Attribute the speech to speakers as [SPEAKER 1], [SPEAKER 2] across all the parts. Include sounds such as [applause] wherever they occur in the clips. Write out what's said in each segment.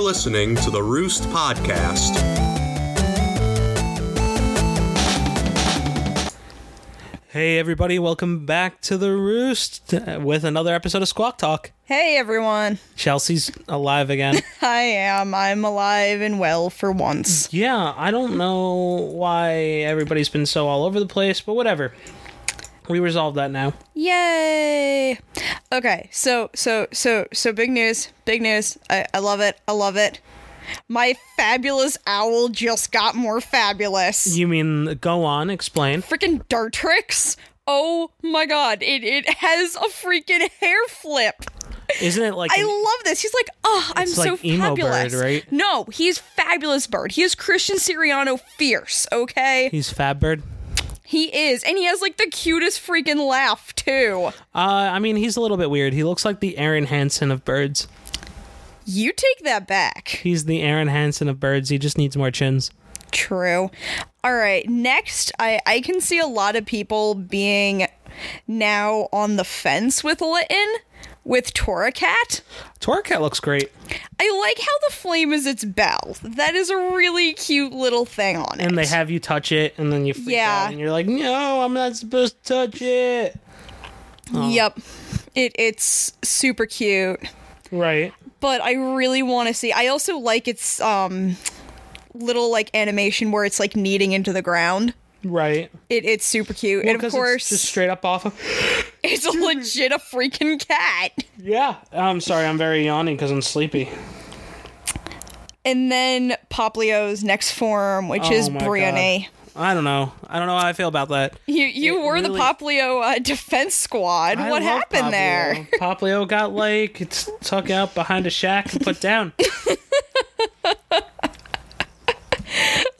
[SPEAKER 1] listening to the Roost Podcast.
[SPEAKER 2] Hey, everybody, welcome back to the Roost uh, with another episode of Squawk Talk.
[SPEAKER 3] Hey everyone.
[SPEAKER 2] Chelsea's alive
[SPEAKER 3] [laughs]
[SPEAKER 2] again.
[SPEAKER 3] I am. I'm alive and well for once.
[SPEAKER 2] yeah, I don't know why everybody's been so all over the place, but whatever. We resolved that now.
[SPEAKER 3] Yay. Okay, so so so so big news. Big news. I, I love it. I love it. My fabulous owl just got more fabulous.
[SPEAKER 2] You mean go on, explain.
[SPEAKER 3] Freaking Dartrix. Oh my god. It it has a freaking hair flip.
[SPEAKER 2] Isn't it like
[SPEAKER 3] I love this. He's like, oh, I'm
[SPEAKER 2] It's
[SPEAKER 3] so
[SPEAKER 2] like emo bird,
[SPEAKER 3] fabulous.
[SPEAKER 2] right?
[SPEAKER 3] No, he's fabulous bird. He is Christian Siriano fierce, okay?
[SPEAKER 2] he's Fab Bird?
[SPEAKER 3] He is, and he has like the cutest freaking laugh too.
[SPEAKER 2] Uh, I mean, he's a little bit weird. He looks like the Aaron Hansen of birds.
[SPEAKER 3] You take that back.
[SPEAKER 2] He's the Aaron Hansen of birds. He just needs more chins.
[SPEAKER 3] True. All right, next, I I can see a lot of people being now on the fence with Litten with Toracat.
[SPEAKER 2] Torcat looks great.
[SPEAKER 3] I like how the flame is its bell. That is a really cute little thing on it.
[SPEAKER 2] And they have you touch it, and then you freak
[SPEAKER 3] Yeah.
[SPEAKER 2] out, and you're like, no, I'm not supposed to touch it.
[SPEAKER 3] Yep. It it's super cute.
[SPEAKER 2] Right.
[SPEAKER 3] but I really want to see. I also like its um little like animation where it's like kneading into the ground.
[SPEAKER 2] Right.
[SPEAKER 3] It, it's super cute, and of
[SPEAKER 2] Because it's
[SPEAKER 3] course,
[SPEAKER 2] just
[SPEAKER 3] it's, [laughs]
[SPEAKER 2] straight up off of.
[SPEAKER 3] a legit a freaking cat.
[SPEAKER 2] Yeah. I'm sorry, I'm very yawning because I'm sleepy.
[SPEAKER 3] And then Poplio's next form, which is
[SPEAKER 2] Oh my
[SPEAKER 3] Brienne.
[SPEAKER 2] I don't know. I don't know how I feel about that.
[SPEAKER 3] You you
[SPEAKER 2] It
[SPEAKER 3] were the
[SPEAKER 2] really-
[SPEAKER 3] Poplio uh, defense squad.
[SPEAKER 2] I
[SPEAKER 3] what
[SPEAKER 2] love
[SPEAKER 3] happened
[SPEAKER 2] Poplio.
[SPEAKER 3] there? [laughs]
[SPEAKER 2] Poplio got like it's tucked out behind a shack and put down.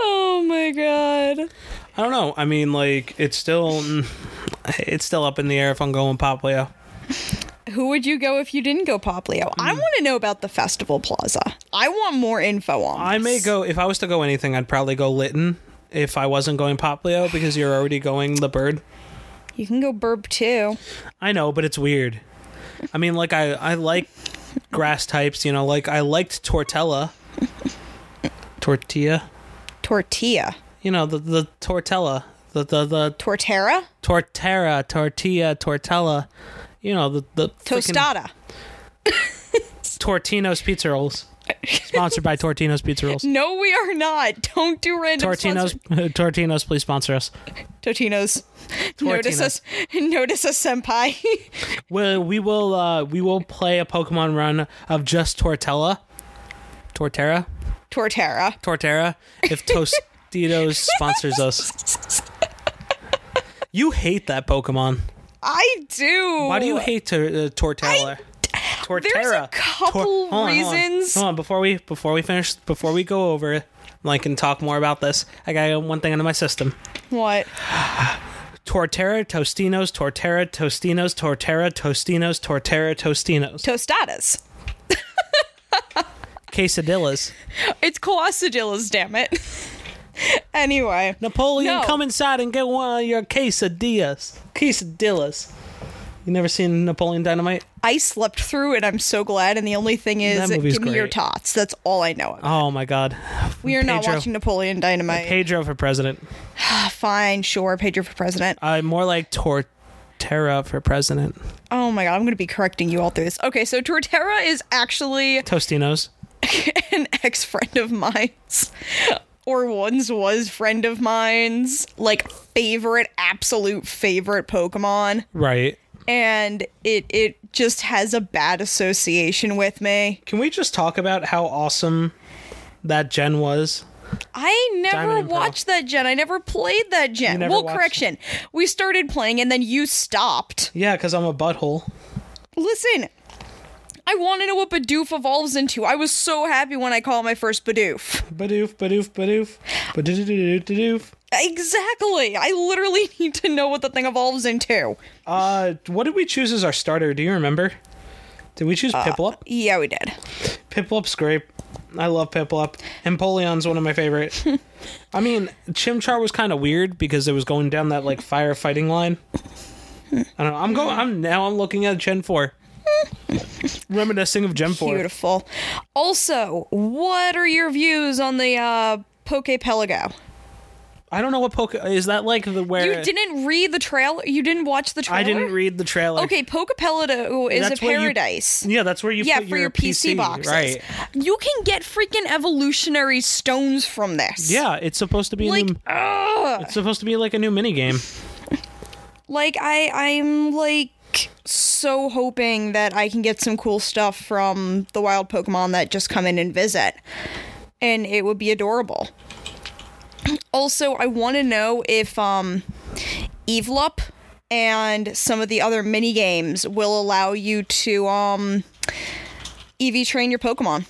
[SPEAKER 3] Oh my god.
[SPEAKER 2] I don't know. I mean, like it's still it's still up in the air if I'm going Poplio.
[SPEAKER 3] Who would you go if you didn't go Poplio? I
[SPEAKER 2] Hmm.
[SPEAKER 3] want to know about the Festival Plaza. I want more info on.
[SPEAKER 2] I may
[SPEAKER 3] this.
[SPEAKER 2] go if I was to go anything. I'd probably go Litton if I wasn't going Poplio because you're already going the bird.
[SPEAKER 3] You can go Burb too.
[SPEAKER 2] I know, but it's weird. I mean, like I I like grass types. You know, like I liked Tortella, tortilla.
[SPEAKER 3] Tortilla.
[SPEAKER 2] You know the the tortella, the the the
[SPEAKER 3] Tortera?
[SPEAKER 2] tortera, tortilla, tortella. You know the the freaking
[SPEAKER 3] Tostada.
[SPEAKER 2] Tortino's pizza rolls. Sponsored by Tortino's Pizza Rolls.
[SPEAKER 3] No, we are not. [laughs] Don't do random
[SPEAKER 2] Tortino's, [laughs]
[SPEAKER 3] sponsor-
[SPEAKER 2] Tortino's, please sponsor us. [laughs]
[SPEAKER 3] Totino's. Notice [laughs] us. Notice us, senpai. [laughs]
[SPEAKER 2] Well, we will uh, we will play a Pokemon run of just Tortella, Torterra,
[SPEAKER 3] Torterra.
[SPEAKER 2] Torterra. If
[SPEAKER 3] [laughs]
[SPEAKER 2] Tostitos sponsors us, you hate that Pokemon.
[SPEAKER 3] I do.
[SPEAKER 2] Why do you hate tor- uh, Torterra? Torterra.
[SPEAKER 3] There's a couple
[SPEAKER 2] Hold on, hold on.
[SPEAKER 3] reasons.
[SPEAKER 2] Hold on, before we before we finish before we go over like and talk more about this, I got to get one thing into my system.
[SPEAKER 3] What?
[SPEAKER 2] Torterra, Tostinos, Torterra, Tostinos, Torterra, Tostinos, Torterra, Tostinos.
[SPEAKER 3] Tostadas.
[SPEAKER 2] Quesadillas.
[SPEAKER 3] It's Colossadillas, damn it. [laughs] anyway.
[SPEAKER 2] Napoleon,
[SPEAKER 3] No.
[SPEAKER 2] come inside and get one of your quesadillas. Quesadillas. You never seen Napoleon Dynamite?
[SPEAKER 3] I slept through it. I'm so glad. And the only thing is,
[SPEAKER 2] That movie's
[SPEAKER 3] give me your
[SPEAKER 2] great.
[SPEAKER 3] tots. That's all I know. Of.
[SPEAKER 2] Oh my god.
[SPEAKER 3] We are not
[SPEAKER 2] Pedro.
[SPEAKER 3] watching Napoleon Dynamite.
[SPEAKER 2] Pedro for president.
[SPEAKER 3] Fine, sure. Pedro for president.
[SPEAKER 2] I more like Torterra for president.
[SPEAKER 3] Oh my god, I'm going to be correcting you all through this. Okay, so Torterra is actually
[SPEAKER 2] Tostinos.
[SPEAKER 3] [laughs] an ex friend of mine's, or once was friend of mine's, like favorite, absolute favorite Pokemon,
[SPEAKER 2] Right.
[SPEAKER 3] and it it just has a bad association with me.
[SPEAKER 2] Can we just talk about how awesome that gen was?
[SPEAKER 3] I never
[SPEAKER 2] Diamond and Pearl.
[SPEAKER 3] watched that gen. I never played that gen.
[SPEAKER 2] never
[SPEAKER 3] Well,
[SPEAKER 2] watched-
[SPEAKER 3] correction, we started playing and then you stopped.
[SPEAKER 2] Yeah, because I'm a butthole.
[SPEAKER 3] Listen. I want to know what Bidoof evolves into. I was so happy when I caught my first Bidoof.
[SPEAKER 2] Badoof, badoof, badoof. Badoof.
[SPEAKER 3] Exactly. I literally [laughs] need to know what the thing evolves into.
[SPEAKER 2] Uh, what did we choose as our starter? Do you remember? Did we choose Piplup?
[SPEAKER 3] Yeah, we did.
[SPEAKER 2] Piplup's great. I love Piplup. Empoleon's one of my
[SPEAKER 3] [laughs]
[SPEAKER 2] favorite. I mean, Chimchar was kind of weird because it was going down that like firefighting line. I don't know. I'm going. I'm now. I'm looking at Gen Four. Reminiscing of Gem Four.
[SPEAKER 3] Beautiful. Also, what are your views on the uh, Poke Pelago?
[SPEAKER 2] I don't know what poke is that like the where
[SPEAKER 3] You didn't read the trailer. You didn't watch the trailer.
[SPEAKER 2] Uh, I didn't read the trailer.
[SPEAKER 3] Okay, Poke Pelago is
[SPEAKER 2] That's
[SPEAKER 3] a
[SPEAKER 2] where you-
[SPEAKER 3] paradise.
[SPEAKER 2] Yeah, that's where you
[SPEAKER 3] yeah,
[SPEAKER 2] put
[SPEAKER 3] for your, PC, boxes.
[SPEAKER 2] Right.
[SPEAKER 3] You can get freaking evolutionary stones from this.
[SPEAKER 2] Yeah, it's supposed to be a
[SPEAKER 3] Like,
[SPEAKER 2] new, it's supposed to be like a new mini game.
[SPEAKER 3] Like I I'm like so hoping that I can get some cool stuff from the wild Pokemon that just come in and visit. And it would be adorable. Also, I want to know if um Evelop and some of the other mini games will allow you to um EV train your Pokemon.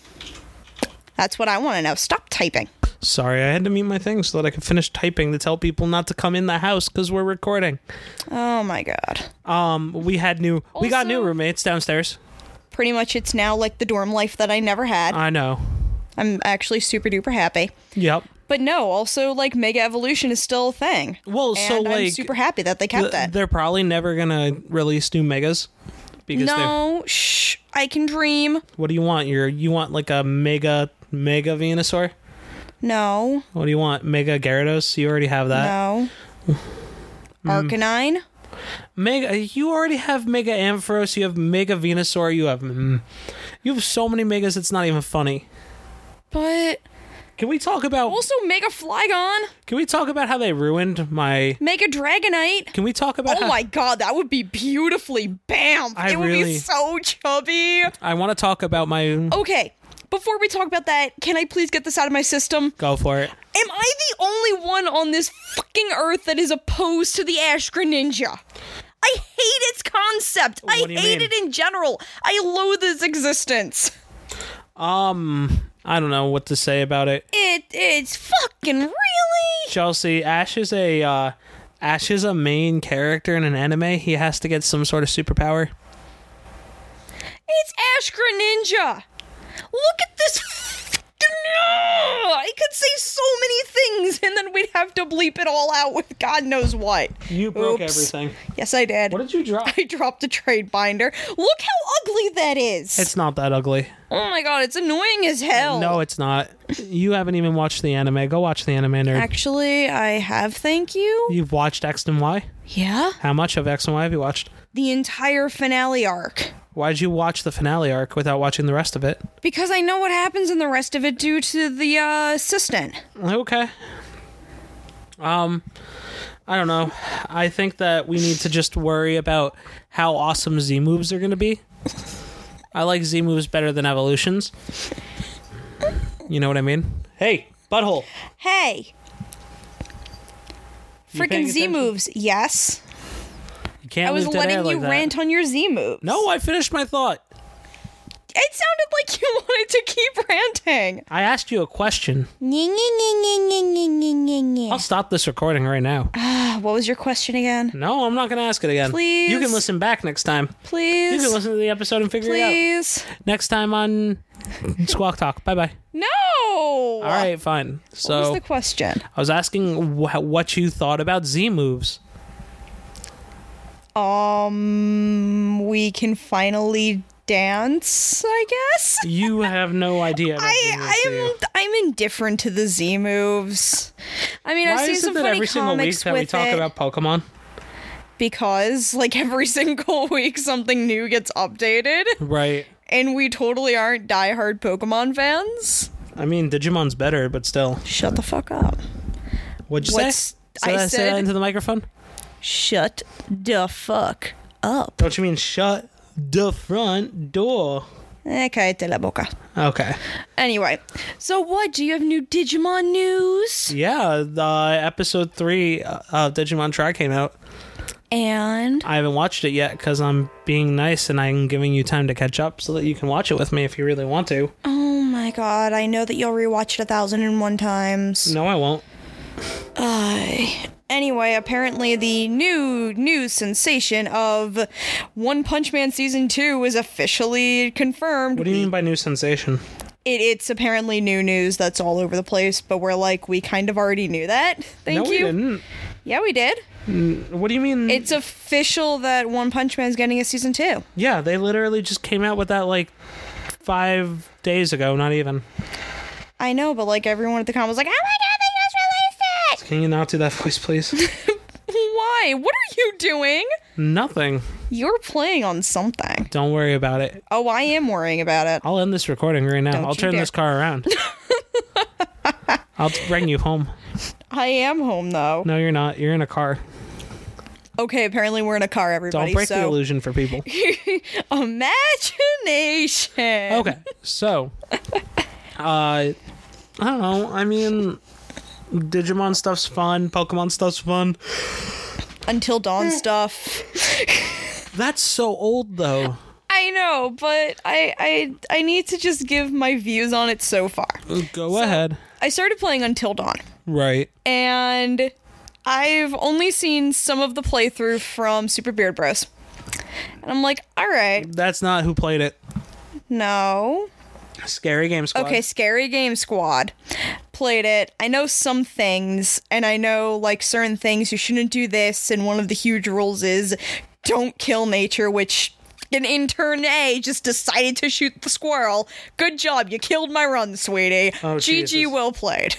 [SPEAKER 3] That's what I want to know. Stop typing.
[SPEAKER 2] Sorry, I had to mute my thing so that I could finish typing to tell people not to come in the house because we're recording.
[SPEAKER 3] Oh my god.
[SPEAKER 2] Um, we had new, we got new
[SPEAKER 3] Also-
[SPEAKER 2] roommates downstairs.
[SPEAKER 3] Pretty much it's now like the dorm life that I never had.
[SPEAKER 2] I know.
[SPEAKER 3] I'm actually super duper happy.
[SPEAKER 2] Yep.
[SPEAKER 3] But no, also like Mega Evolution is still a thing.
[SPEAKER 2] Well,
[SPEAKER 3] and
[SPEAKER 2] so
[SPEAKER 3] I'm
[SPEAKER 2] like
[SPEAKER 3] super happy that they kept
[SPEAKER 2] th-
[SPEAKER 3] that.
[SPEAKER 2] they're probably never gonna release new megas because they're.
[SPEAKER 3] No, shh, I can dream.
[SPEAKER 2] What do you want? Your you want like a mega mega Venusaur?
[SPEAKER 3] No,
[SPEAKER 2] What do you want? Mega Gyarados? You already have that.
[SPEAKER 3] no.
[SPEAKER 2] hmm.
[SPEAKER 3] Arcanine.
[SPEAKER 2] Mega. You already have Mega Ampharos. You have Mega Venusaur. You have. Mm, you have so many megas. It's not even funny.
[SPEAKER 3] But
[SPEAKER 2] Can we talk about?
[SPEAKER 3] also Mega Flygon,
[SPEAKER 2] Can we talk about how they ruined my?
[SPEAKER 3] Mega
[SPEAKER 2] [laughs]
[SPEAKER 3] Dragonite.
[SPEAKER 2] Can we talk about?
[SPEAKER 3] Oh
[SPEAKER 2] how,
[SPEAKER 3] my god, that would be beautifully bam.
[SPEAKER 2] I
[SPEAKER 3] it would
[SPEAKER 2] really-
[SPEAKER 3] be so chubby.
[SPEAKER 2] I want to talk about my.
[SPEAKER 3] Okay, before we talk about that, can I please get this out of my system?
[SPEAKER 2] Go for it.
[SPEAKER 3] Am I the only one on this fucking earth that is opposed to the Ash Greninja? I hate its concept. I
[SPEAKER 2] What do you
[SPEAKER 3] hate
[SPEAKER 2] mean?
[SPEAKER 3] it in general. I loathe its existence.
[SPEAKER 2] Um, I don't know what to say about it.
[SPEAKER 3] It it's fucking really
[SPEAKER 2] Chelsea Ash is a uh, Ash is a main character in an anime. He has to get some sort of superpower.
[SPEAKER 3] it's Ash Greninja. Look at this. fucking- Ugh, I could say so many things, and then we'd have to bleep it all out with God knows what.
[SPEAKER 2] You broke
[SPEAKER 3] Oops.
[SPEAKER 2] everything.
[SPEAKER 3] Yes, I did.
[SPEAKER 2] What did you drop?
[SPEAKER 3] I dropped a trade binder. Look how ugly that
[SPEAKER 2] [laughs]
[SPEAKER 3] is.
[SPEAKER 2] It's not that ugly.
[SPEAKER 3] oh my god, it's annoying as hell.
[SPEAKER 2] No, it's not. You haven't even watched the anime. Go watch the anime, nerd.
[SPEAKER 3] Actually, I have, thank you.
[SPEAKER 2] You've watched X and Y.
[SPEAKER 3] Yeah?
[SPEAKER 2] How much of X and Y have you watched?
[SPEAKER 3] The entire finale arc.
[SPEAKER 2] Why'd you watch the finale arc without watching the rest of it?
[SPEAKER 3] Because I know what happens in the rest of it due to the uh, assistant.
[SPEAKER 2] Okay. Um, I don't know. I think that we need to just worry about how awesome Z moves are going to be. I like Z moves better than evolutions. You know what I mean? Hey, butthole.
[SPEAKER 3] Hey!
[SPEAKER 2] paying
[SPEAKER 3] Freaking Z
[SPEAKER 2] attention?
[SPEAKER 3] moves, yes.
[SPEAKER 2] You can't
[SPEAKER 3] I was
[SPEAKER 2] leave dead air
[SPEAKER 3] letting
[SPEAKER 2] like
[SPEAKER 3] you
[SPEAKER 2] that.
[SPEAKER 3] rant on your Z moves.
[SPEAKER 2] No, I finished my thought.
[SPEAKER 3] It sounded like you [laughs] wanted to keep ranting.
[SPEAKER 2] I asked you a question. I'll stop this recording right now.
[SPEAKER 3] Ah, what was your question again?
[SPEAKER 2] No, I'm not going to ask it again.
[SPEAKER 3] Please.
[SPEAKER 2] You can listen back next time. You can
[SPEAKER 3] Please.
[SPEAKER 2] listen to the episode and figure it
[SPEAKER 3] Please.
[SPEAKER 2] out. Next time on Squawk Talk. Bye bye.
[SPEAKER 3] No!
[SPEAKER 2] All right, fine.
[SPEAKER 3] What was
[SPEAKER 2] So
[SPEAKER 3] the question?
[SPEAKER 2] I was asking wh- what you thought about Z moves.
[SPEAKER 3] Um, we can finally dance, I guess.
[SPEAKER 2] You have no idea. About Z moves,
[SPEAKER 3] [laughs] I
[SPEAKER 2] do you?
[SPEAKER 3] I'm I'm indifferent to the Z moves. I mean, I've
[SPEAKER 2] Why
[SPEAKER 3] seen
[SPEAKER 2] is
[SPEAKER 3] some
[SPEAKER 2] it that
[SPEAKER 3] funny
[SPEAKER 2] every single week
[SPEAKER 3] comics
[SPEAKER 2] that
[SPEAKER 3] with
[SPEAKER 2] we talk
[SPEAKER 3] it
[SPEAKER 2] about Pokemon?
[SPEAKER 3] because, like, every [laughs] single week something new gets updated,
[SPEAKER 2] Right.
[SPEAKER 3] and we totally aren't diehard Pokemon fans.
[SPEAKER 2] I mean, Digimon's better, but still.
[SPEAKER 3] Shut the fuck up.
[SPEAKER 2] What'd you
[SPEAKER 3] What's-
[SPEAKER 2] say? Say
[SPEAKER 3] I
[SPEAKER 2] that- say
[SPEAKER 3] said-
[SPEAKER 2] that into the microphone.
[SPEAKER 3] Shut the fuck up.
[SPEAKER 2] Don't you mean shut the front door?
[SPEAKER 3] Eh, cállate la boca.
[SPEAKER 2] Okay.
[SPEAKER 3] Anyway, so what? Do you have new Digimon news?
[SPEAKER 2] Yeah, the episode three uh, of Digimon Try came out.
[SPEAKER 3] And
[SPEAKER 2] I haven't watched it yet because I'm being nice and I'm giving you time to catch up so that you can watch it with me if you really want to.
[SPEAKER 3] Oh my god, I know that you'll rewatch it a thousand and one times.
[SPEAKER 2] No, I won't.
[SPEAKER 3] Ay. anyway, apparently the new new sensation of One Punch Man season two is officially confirmed.
[SPEAKER 2] What do you mean by new sensation?
[SPEAKER 3] It, it's apparently new news that's all over the place, but we're like, we kind of already knew that. Thank
[SPEAKER 2] no,
[SPEAKER 3] you.
[SPEAKER 2] we didn't.
[SPEAKER 3] Yeah, we did.
[SPEAKER 2] What do you mean?
[SPEAKER 3] It's official that One Punch Man's getting a season two.
[SPEAKER 2] yeah, they literally just came out with that like five days ago. Not even.
[SPEAKER 3] I know, but like everyone at the con was like, "Oh my god, they just released
[SPEAKER 2] Can you not do that [laughs] voice, please?
[SPEAKER 3] it!" [laughs] Why? What are you doing?
[SPEAKER 2] Nothing.
[SPEAKER 3] You're playing on something.
[SPEAKER 2] Don't worry about it.
[SPEAKER 3] Oh, I am worrying about it.
[SPEAKER 2] I'll end this recording right now.
[SPEAKER 3] Don't
[SPEAKER 2] I'll
[SPEAKER 3] you
[SPEAKER 2] turn
[SPEAKER 3] dare.
[SPEAKER 2] this car around. I'll bring you home.
[SPEAKER 3] I am home though.
[SPEAKER 2] No, you're not. You're in a car.
[SPEAKER 3] Okay, apparently we're in a car,
[SPEAKER 2] Don't
[SPEAKER 3] everybody.
[SPEAKER 2] break the
[SPEAKER 3] so
[SPEAKER 2] illusion for
[SPEAKER 3] [laughs]
[SPEAKER 2] people.
[SPEAKER 3] imagination.
[SPEAKER 2] Okay, so, uh, I don't know. I mean, Digimon stuff's fun. Pokemon stuff's fun.
[SPEAKER 3] Until dawn
[SPEAKER 2] Hmm.
[SPEAKER 3] stuff.
[SPEAKER 2] That's so old though.
[SPEAKER 3] I know, but I I I need to just give my views on it so far.
[SPEAKER 2] Go ahead.
[SPEAKER 3] I started playing Until Dawn.
[SPEAKER 2] Right.
[SPEAKER 3] and I've only seen some of the playthrough from Super Beard Bros. And I'm like, all right,
[SPEAKER 2] That's not who played it.
[SPEAKER 3] no.
[SPEAKER 2] Scary Game Squad.
[SPEAKER 3] Okay, Scary Game Squad. Played it. I know some things, and I know like certain things you shouldn't do this, and one of the huge rules is don't kill nature, which an intern A just decided to shoot the squirrel. Good job, you killed my run, sweetie.
[SPEAKER 2] Oh,
[SPEAKER 3] GG
[SPEAKER 2] Jesus.
[SPEAKER 3] well played.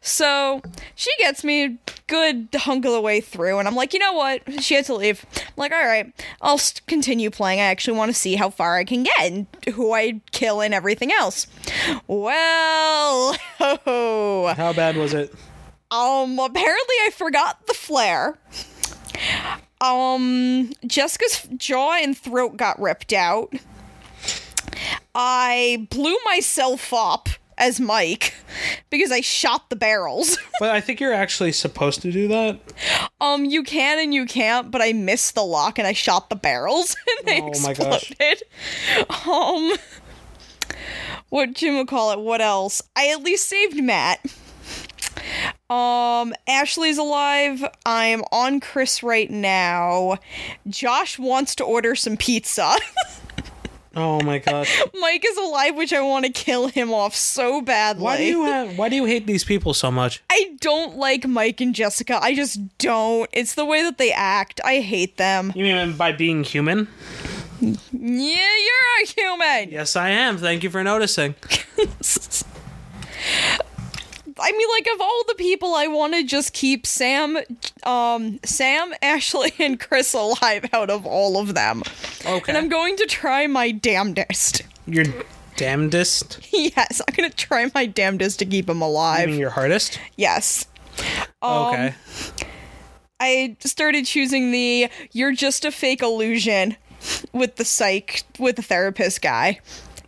[SPEAKER 3] So she gets me a good hunk of the way through, and I'm like, you know what? She had to leave. I'm like, all right, I'll st- continue playing. I actually want to see how far I can get and who I kill and everything else. Well, [laughs]
[SPEAKER 2] How bad was it?
[SPEAKER 3] um, apparently I forgot the flare. Um, Jessica's jaw and throat got ripped out. I blew myself up as Mike [laughs] because I shot the barrels. [laughs]
[SPEAKER 2] But I think you're actually supposed to do that.
[SPEAKER 3] Um, you can and you can't, but I missed the lock and I shot the barrels [laughs] and they
[SPEAKER 2] Oh my gosh.
[SPEAKER 3] exploded. Um, what Jim will call it? What else? I at least saved Matt. Um, Ashley's alive. I'm on Chris right now. Josh wants to order some pizza. [laughs]
[SPEAKER 2] Oh my gosh.
[SPEAKER 3] Mike is alive, which I want to kill him off so badly.
[SPEAKER 2] Why do you have, why do you hate these people so much?
[SPEAKER 3] I don't like Mike and Jessica. I just don't. It's the way that they act. I hate them.
[SPEAKER 2] You mean by being human?
[SPEAKER 3] Yeah, you're a human.
[SPEAKER 2] Yes, I am. Thank you for noticing.
[SPEAKER 3] I mean, like of all the people, I want to just keep Sam, um, Sam, [laughs] Ashley, and Chris alive out of all of them,
[SPEAKER 2] Okay.
[SPEAKER 3] [laughs] and I'm going to try my damnedest. [laughs]
[SPEAKER 2] Your damnedest?
[SPEAKER 3] Yes, I'm gonna try my damnedest to keep them
[SPEAKER 2] I
[SPEAKER 3] alive.
[SPEAKER 2] mean, your hardest?
[SPEAKER 3] Yes. Um,
[SPEAKER 2] okay.
[SPEAKER 3] I started choosing the "you're just a fake illusion" [laughs] with the psych with the therapist guy.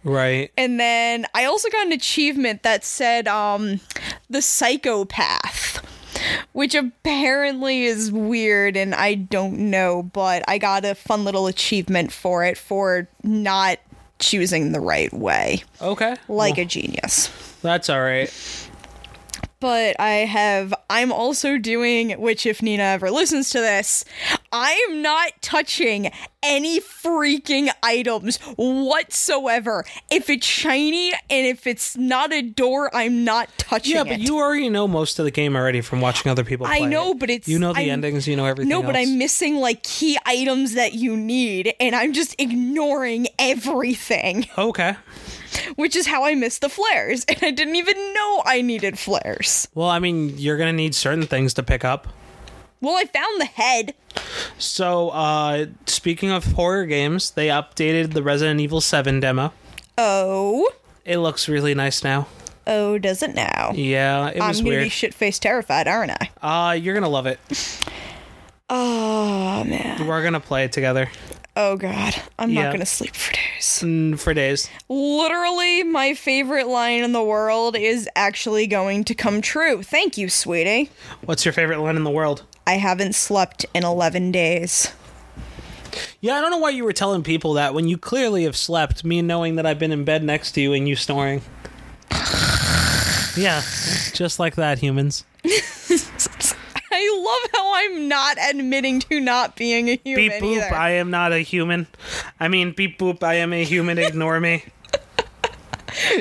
[SPEAKER 2] Right.
[SPEAKER 3] And then I also got an achievement that said um the psychopath, which apparently is weird and I don't know, but I got a fun little achievement for it for not choosing the right way
[SPEAKER 2] Okay.
[SPEAKER 3] like a genius.
[SPEAKER 2] That's all right.
[SPEAKER 3] But I have I'm also doing which if Nina ever listens to this, I am not touching any freaking items whatsoever. If it's shiny and if it's not a door, I'm not touching
[SPEAKER 2] Yeah, but
[SPEAKER 3] it.
[SPEAKER 2] you already know most of the game already from watching other people
[SPEAKER 3] I
[SPEAKER 2] play.
[SPEAKER 3] know,
[SPEAKER 2] it.
[SPEAKER 3] but it's-
[SPEAKER 2] you know the
[SPEAKER 3] I'm-
[SPEAKER 2] endings. You know everything.
[SPEAKER 3] no, but
[SPEAKER 2] else.
[SPEAKER 3] I'm missing like key items that you need, and I'm just ignoring everything, [laughs]
[SPEAKER 2] okay.
[SPEAKER 3] which is how I missed the flares. [laughs] And I didn't even know I needed flares.
[SPEAKER 2] Well, I mean, you're gonna need certain things to pick up.
[SPEAKER 3] Well, I found the head.
[SPEAKER 2] So, uh, speaking of horror games, they updated the Resident Evil 7 demo.
[SPEAKER 3] Oh,
[SPEAKER 2] It looks really nice now.
[SPEAKER 3] oh, does it now?
[SPEAKER 2] Yeah, it
[SPEAKER 3] I'm
[SPEAKER 2] was
[SPEAKER 3] gonna be
[SPEAKER 2] weird.
[SPEAKER 3] shit faced terrified, aren't I?
[SPEAKER 2] uh, you're gonna love it.
[SPEAKER 3] Oh man.
[SPEAKER 2] We're gonna play it together
[SPEAKER 3] Oh god. I'm
[SPEAKER 2] Yeah.
[SPEAKER 3] not gonna sleep for days.
[SPEAKER 2] mm, for days.
[SPEAKER 3] Literally, my favorite line in the world is actually going to come true. Thank you, sweetie.
[SPEAKER 2] What's your favorite line in the world?
[SPEAKER 3] I haven't slept in 11 days. [laughs]
[SPEAKER 2] Yeah, I don't know why you were telling people that when you clearly have slept, me knowing that I've been in bed next to you and you snoring. yeah, just like that, humans.
[SPEAKER 3] I love how I'm not admitting to not being a human
[SPEAKER 2] Beep boop,
[SPEAKER 3] either. [laughs]
[SPEAKER 2] I am not a human. I mean, beep boop, I am a human, ignore me.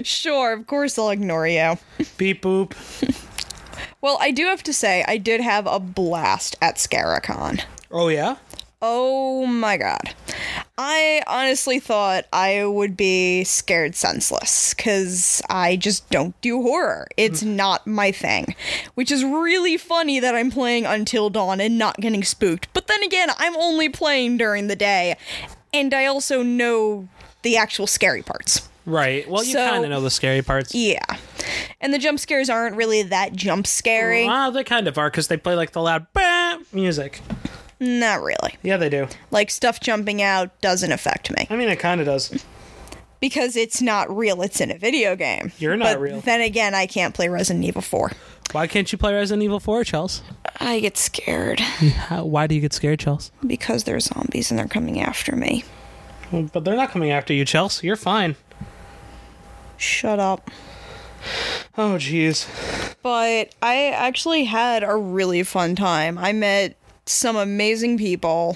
[SPEAKER 3] sure, of course I'll ignore you.
[SPEAKER 2] Beep boop.
[SPEAKER 3] Well, I do have to say, I did have a blast at Scaracon.
[SPEAKER 2] Oh yeah.
[SPEAKER 3] Oh my god. I honestly thought I would be scared senseless because I just don't do horror. It's not my thing. Which is really funny that I'm playing Until Dawn and not getting spooked. But then again, I'm only playing during the day. And I also know the actual scary parts.
[SPEAKER 2] Right. Well, you
[SPEAKER 3] So- E
[SPEAKER 2] kind of know the scary parts.
[SPEAKER 3] Yeah. And the jump scares aren't really that jump scary.
[SPEAKER 2] Well, they kind of are because they play like the loud "Bah!" music.
[SPEAKER 3] Not really.
[SPEAKER 2] Yeah, they do.
[SPEAKER 3] Like stuff jumping out doesn't affect me.
[SPEAKER 2] I mean, it kind of does.
[SPEAKER 3] because it's not real. It's in a video game.
[SPEAKER 2] You're not
[SPEAKER 3] but
[SPEAKER 2] real.
[SPEAKER 3] Then again, I can't play Resident Evil 4.
[SPEAKER 2] Why can't you play Resident Evil 4, Chels?
[SPEAKER 3] I get scared
[SPEAKER 2] How, why do you get scared, Chels?
[SPEAKER 3] because they're zombies and they're coming after me.
[SPEAKER 2] But they're not coming after you, Chels. You're fine.
[SPEAKER 3] Shut up.
[SPEAKER 2] Oh, jeez.
[SPEAKER 3] But I actually had a really fun time. I met some amazing people.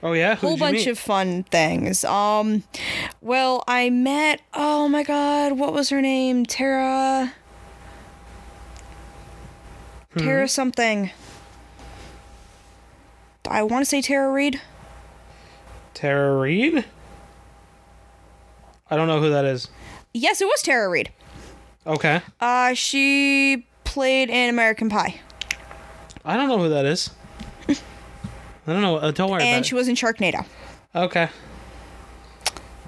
[SPEAKER 2] Oh yeah.
[SPEAKER 3] whole bunch of fun things. Um, well, I met. Oh my God, what was her name? Tara. Tara something. I want to say Tara Reed.
[SPEAKER 2] Tara Reed. I don't know who that is.
[SPEAKER 3] Yes, it was Tara Reed.
[SPEAKER 2] Okay.
[SPEAKER 3] Uh, she played in American Pie,
[SPEAKER 2] I don't know who that is. I don't know. Uh, don't worry
[SPEAKER 3] and
[SPEAKER 2] about
[SPEAKER 3] she was in Sharknado.
[SPEAKER 2] it. Okay.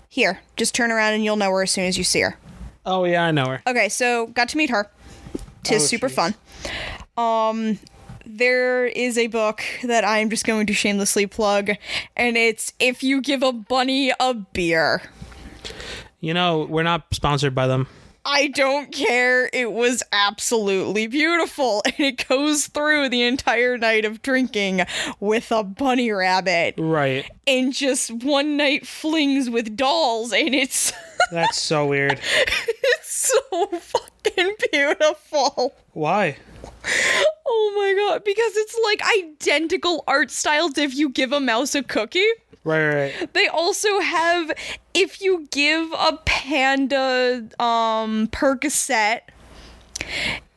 [SPEAKER 3] Here, just turn around and you'll know her as soon as you see her.
[SPEAKER 2] Oh yeah, I know her.
[SPEAKER 3] Okay, so got to meet her. Tis
[SPEAKER 2] Oh,
[SPEAKER 3] super
[SPEAKER 2] jeez.
[SPEAKER 3] fun. Um there is a book that I'm just going to shamelessly plug, and it's If You Give a Bunny a Beer.
[SPEAKER 2] You know, we're not sponsored by them.
[SPEAKER 3] I don't care. It was absolutely beautiful, [laughs] and it goes through the entire night of drinking with a bunny rabbit
[SPEAKER 2] Right.
[SPEAKER 3] and just one night flings with dolls, and it's, [laughs]
[SPEAKER 2] That's so weird.
[SPEAKER 3] it's so fucking beautiful.
[SPEAKER 2] Why?
[SPEAKER 3] Oh my god, because it's like identical art styles if you give a mouse a cookie.
[SPEAKER 2] Right, right, right.
[SPEAKER 3] They also have if you give a panda um Percocet,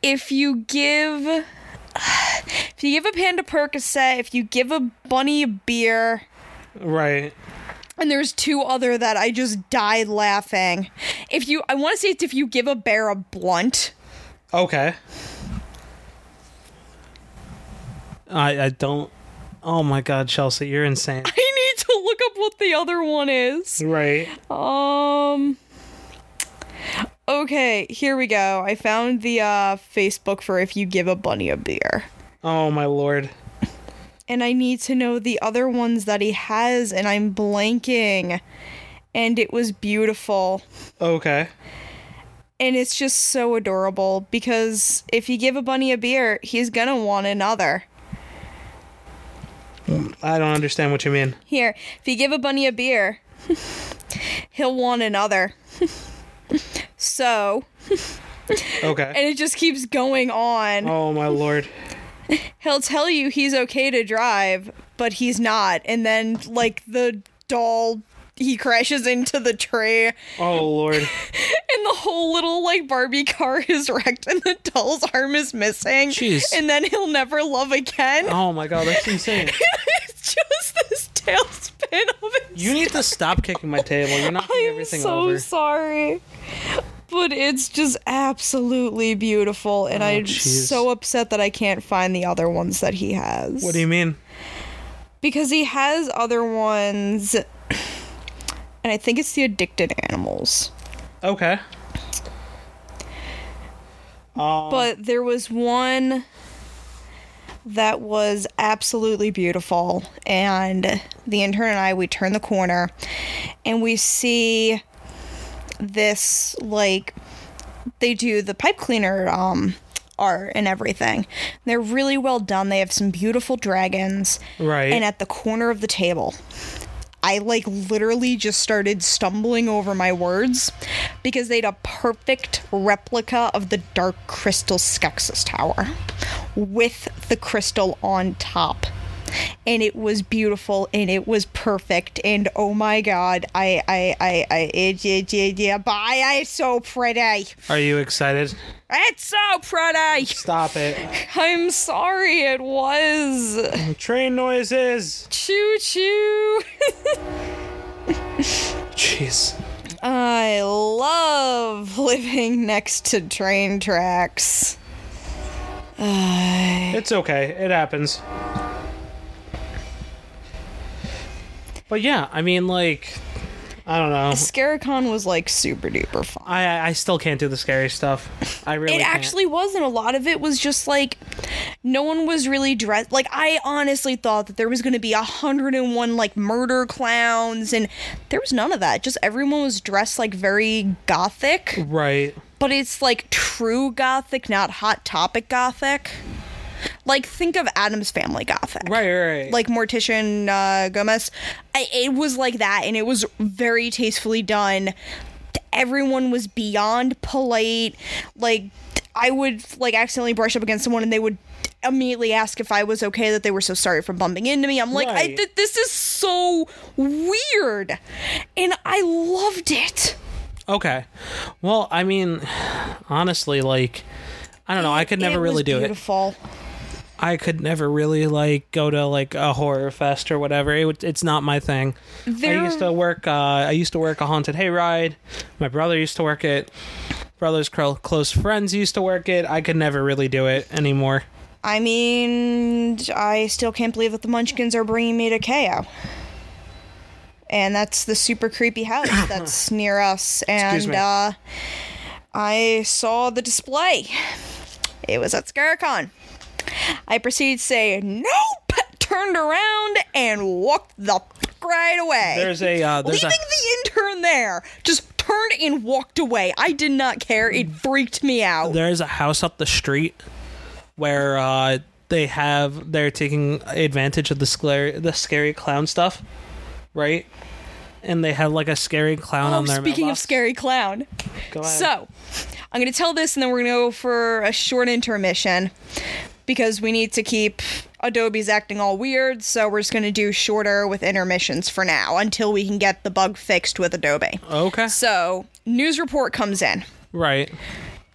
[SPEAKER 3] if you give [sighs] if you give a panda Percocet, if you give a bunny a beer,
[SPEAKER 2] Right.
[SPEAKER 3] and there's two other that I just died laughing. If you I want to say it's if you give a bear a blunt. [laughs]
[SPEAKER 2] Okay. I I don't. Oh my God, Chelsea, you're insane.
[SPEAKER 3] I need to look up what the other one is.
[SPEAKER 2] Right.
[SPEAKER 3] Um. Okay, here we go. I found the uh, Facebook for if you give a bunny a beer.
[SPEAKER 2] Oh my lord.
[SPEAKER 3] And I need to know the other ones that he has, and I'm blanking. And it was beautiful.
[SPEAKER 2] Okay.
[SPEAKER 3] And it's just so adorable because if you give a bunny a beer, he's gonna want another.
[SPEAKER 2] I don't understand what you mean.
[SPEAKER 3] Here, if you give a bunny a beer, [laughs] he'll want another. [laughs] so,
[SPEAKER 2] Okay.
[SPEAKER 3] and it just keeps going on.
[SPEAKER 2] Oh my lord.
[SPEAKER 3] he'll tell you he's okay to drive, but he's not. And then like the doll he crashes into the tree and
[SPEAKER 2] Oh lord.
[SPEAKER 3] the whole little like Barbie car [laughs] is wrecked and the doll's arm is missing.
[SPEAKER 2] Jeez.
[SPEAKER 3] And then he'll never love again.
[SPEAKER 2] Oh my God, that's insane.
[SPEAKER 3] [laughs] it's just this tailspin of it.
[SPEAKER 2] You need to stop kicking my table. You're knocking
[SPEAKER 3] I'm
[SPEAKER 2] everything
[SPEAKER 3] so
[SPEAKER 2] over.
[SPEAKER 3] sorry. But it's just absolutely beautiful, and I'm
[SPEAKER 2] Oh, jeez.
[SPEAKER 3] so upset that I can't find the other ones that he has.
[SPEAKER 2] What do you mean?
[SPEAKER 3] because he has other ones and i think it's the addicted animals
[SPEAKER 2] Okay.
[SPEAKER 3] but there was one that was absolutely beautiful and the intern and i we turn the corner and we see this like they do the pipe cleaner um art and everything they're really well done they have some beautiful dragons
[SPEAKER 2] Right.
[SPEAKER 3] and at the corner of the table i like literally just started stumbling over my words because they had a perfect replica of the dark crystal skexis tower with the crystal on top and it was beautiful and it was perfect and oh my god, I I I I it, it, it, yeah, bye, I it's so pretty.
[SPEAKER 2] Are you excited?
[SPEAKER 3] It's so pretty.
[SPEAKER 2] Stop it.
[SPEAKER 3] I'm sorry it was.
[SPEAKER 2] Train noises.
[SPEAKER 3] Choo [laughs] choo.
[SPEAKER 2] Jeez.
[SPEAKER 3] I love [laughs] living next to train tracks.
[SPEAKER 2] It's okay. It happens. But yeah, I mean, like, I don't know.
[SPEAKER 3] Scaricon was like super duper fun.
[SPEAKER 2] I I still can't do the scary stuff. I really
[SPEAKER 3] It
[SPEAKER 2] can't.
[SPEAKER 3] actually wasn't. A lot of it was just like no one was really dressed. Like I honestly thought that there was going to be a hundred and one like murder clowns, and there was none of that. Just everyone was dressed like very gothic,
[SPEAKER 2] right.
[SPEAKER 3] but it's like true gothic, not hot topic gothic. Like think of Adam's Family gothic.
[SPEAKER 2] Right, right, right.
[SPEAKER 3] like Mortician uh, Gomez. I, it was like that, and it was very tastefully done. Everyone was beyond polite. Like I would like accidentally brush up against someone, and they would immediately ask if I was okay that they were so sorry for bumping into me. I'm like, I,
[SPEAKER 2] Right.
[SPEAKER 3] th- this is so weird, and I loved it.
[SPEAKER 2] Okay. Well, I mean, [sighs] honestly, like, I don't know. I could never
[SPEAKER 3] It was
[SPEAKER 2] really do it.
[SPEAKER 3] beautiful.
[SPEAKER 2] I could never really like go to like a horror fest or whatever. It, would- it's not my thing.
[SPEAKER 3] There-
[SPEAKER 2] I used to work. Uh, I used to work a haunted hayride. My brother used to work it. Brothers' cl- close friends used to work it. I could never really do it anymore.
[SPEAKER 3] I mean, I still can't believe that the Munchkins are bringing me to KO. And that's the super
[SPEAKER 2] [coughs]
[SPEAKER 3] creepy house that's near us.
[SPEAKER 2] Excuse
[SPEAKER 3] And
[SPEAKER 2] me.
[SPEAKER 3] uh, I saw the display. It was at Scaricon. I proceeded to say, nope, turned around and walked the f- right away.
[SPEAKER 2] There's a uh, there's a
[SPEAKER 3] Leaving the intern there, just turned and walked away. I did not care. It freaked me out.
[SPEAKER 2] there's a house up the street where uh, they have they're taking advantage of the scary the scary clown stuff, right? And they have like a scary clown
[SPEAKER 3] Oh,
[SPEAKER 2] on their.
[SPEAKER 3] speaking of
[SPEAKER 2] mailbox.
[SPEAKER 3] scary clown.
[SPEAKER 2] Go ahead.
[SPEAKER 3] So, I'm going to tell this and then we're going to go for a short intermission because we need to keep Adobe's acting all weird. So, we're just going to do shorter with intermissions for now until we can get the bug fixed with Adobe.
[SPEAKER 2] okay,
[SPEAKER 3] So, news report comes in.
[SPEAKER 2] right?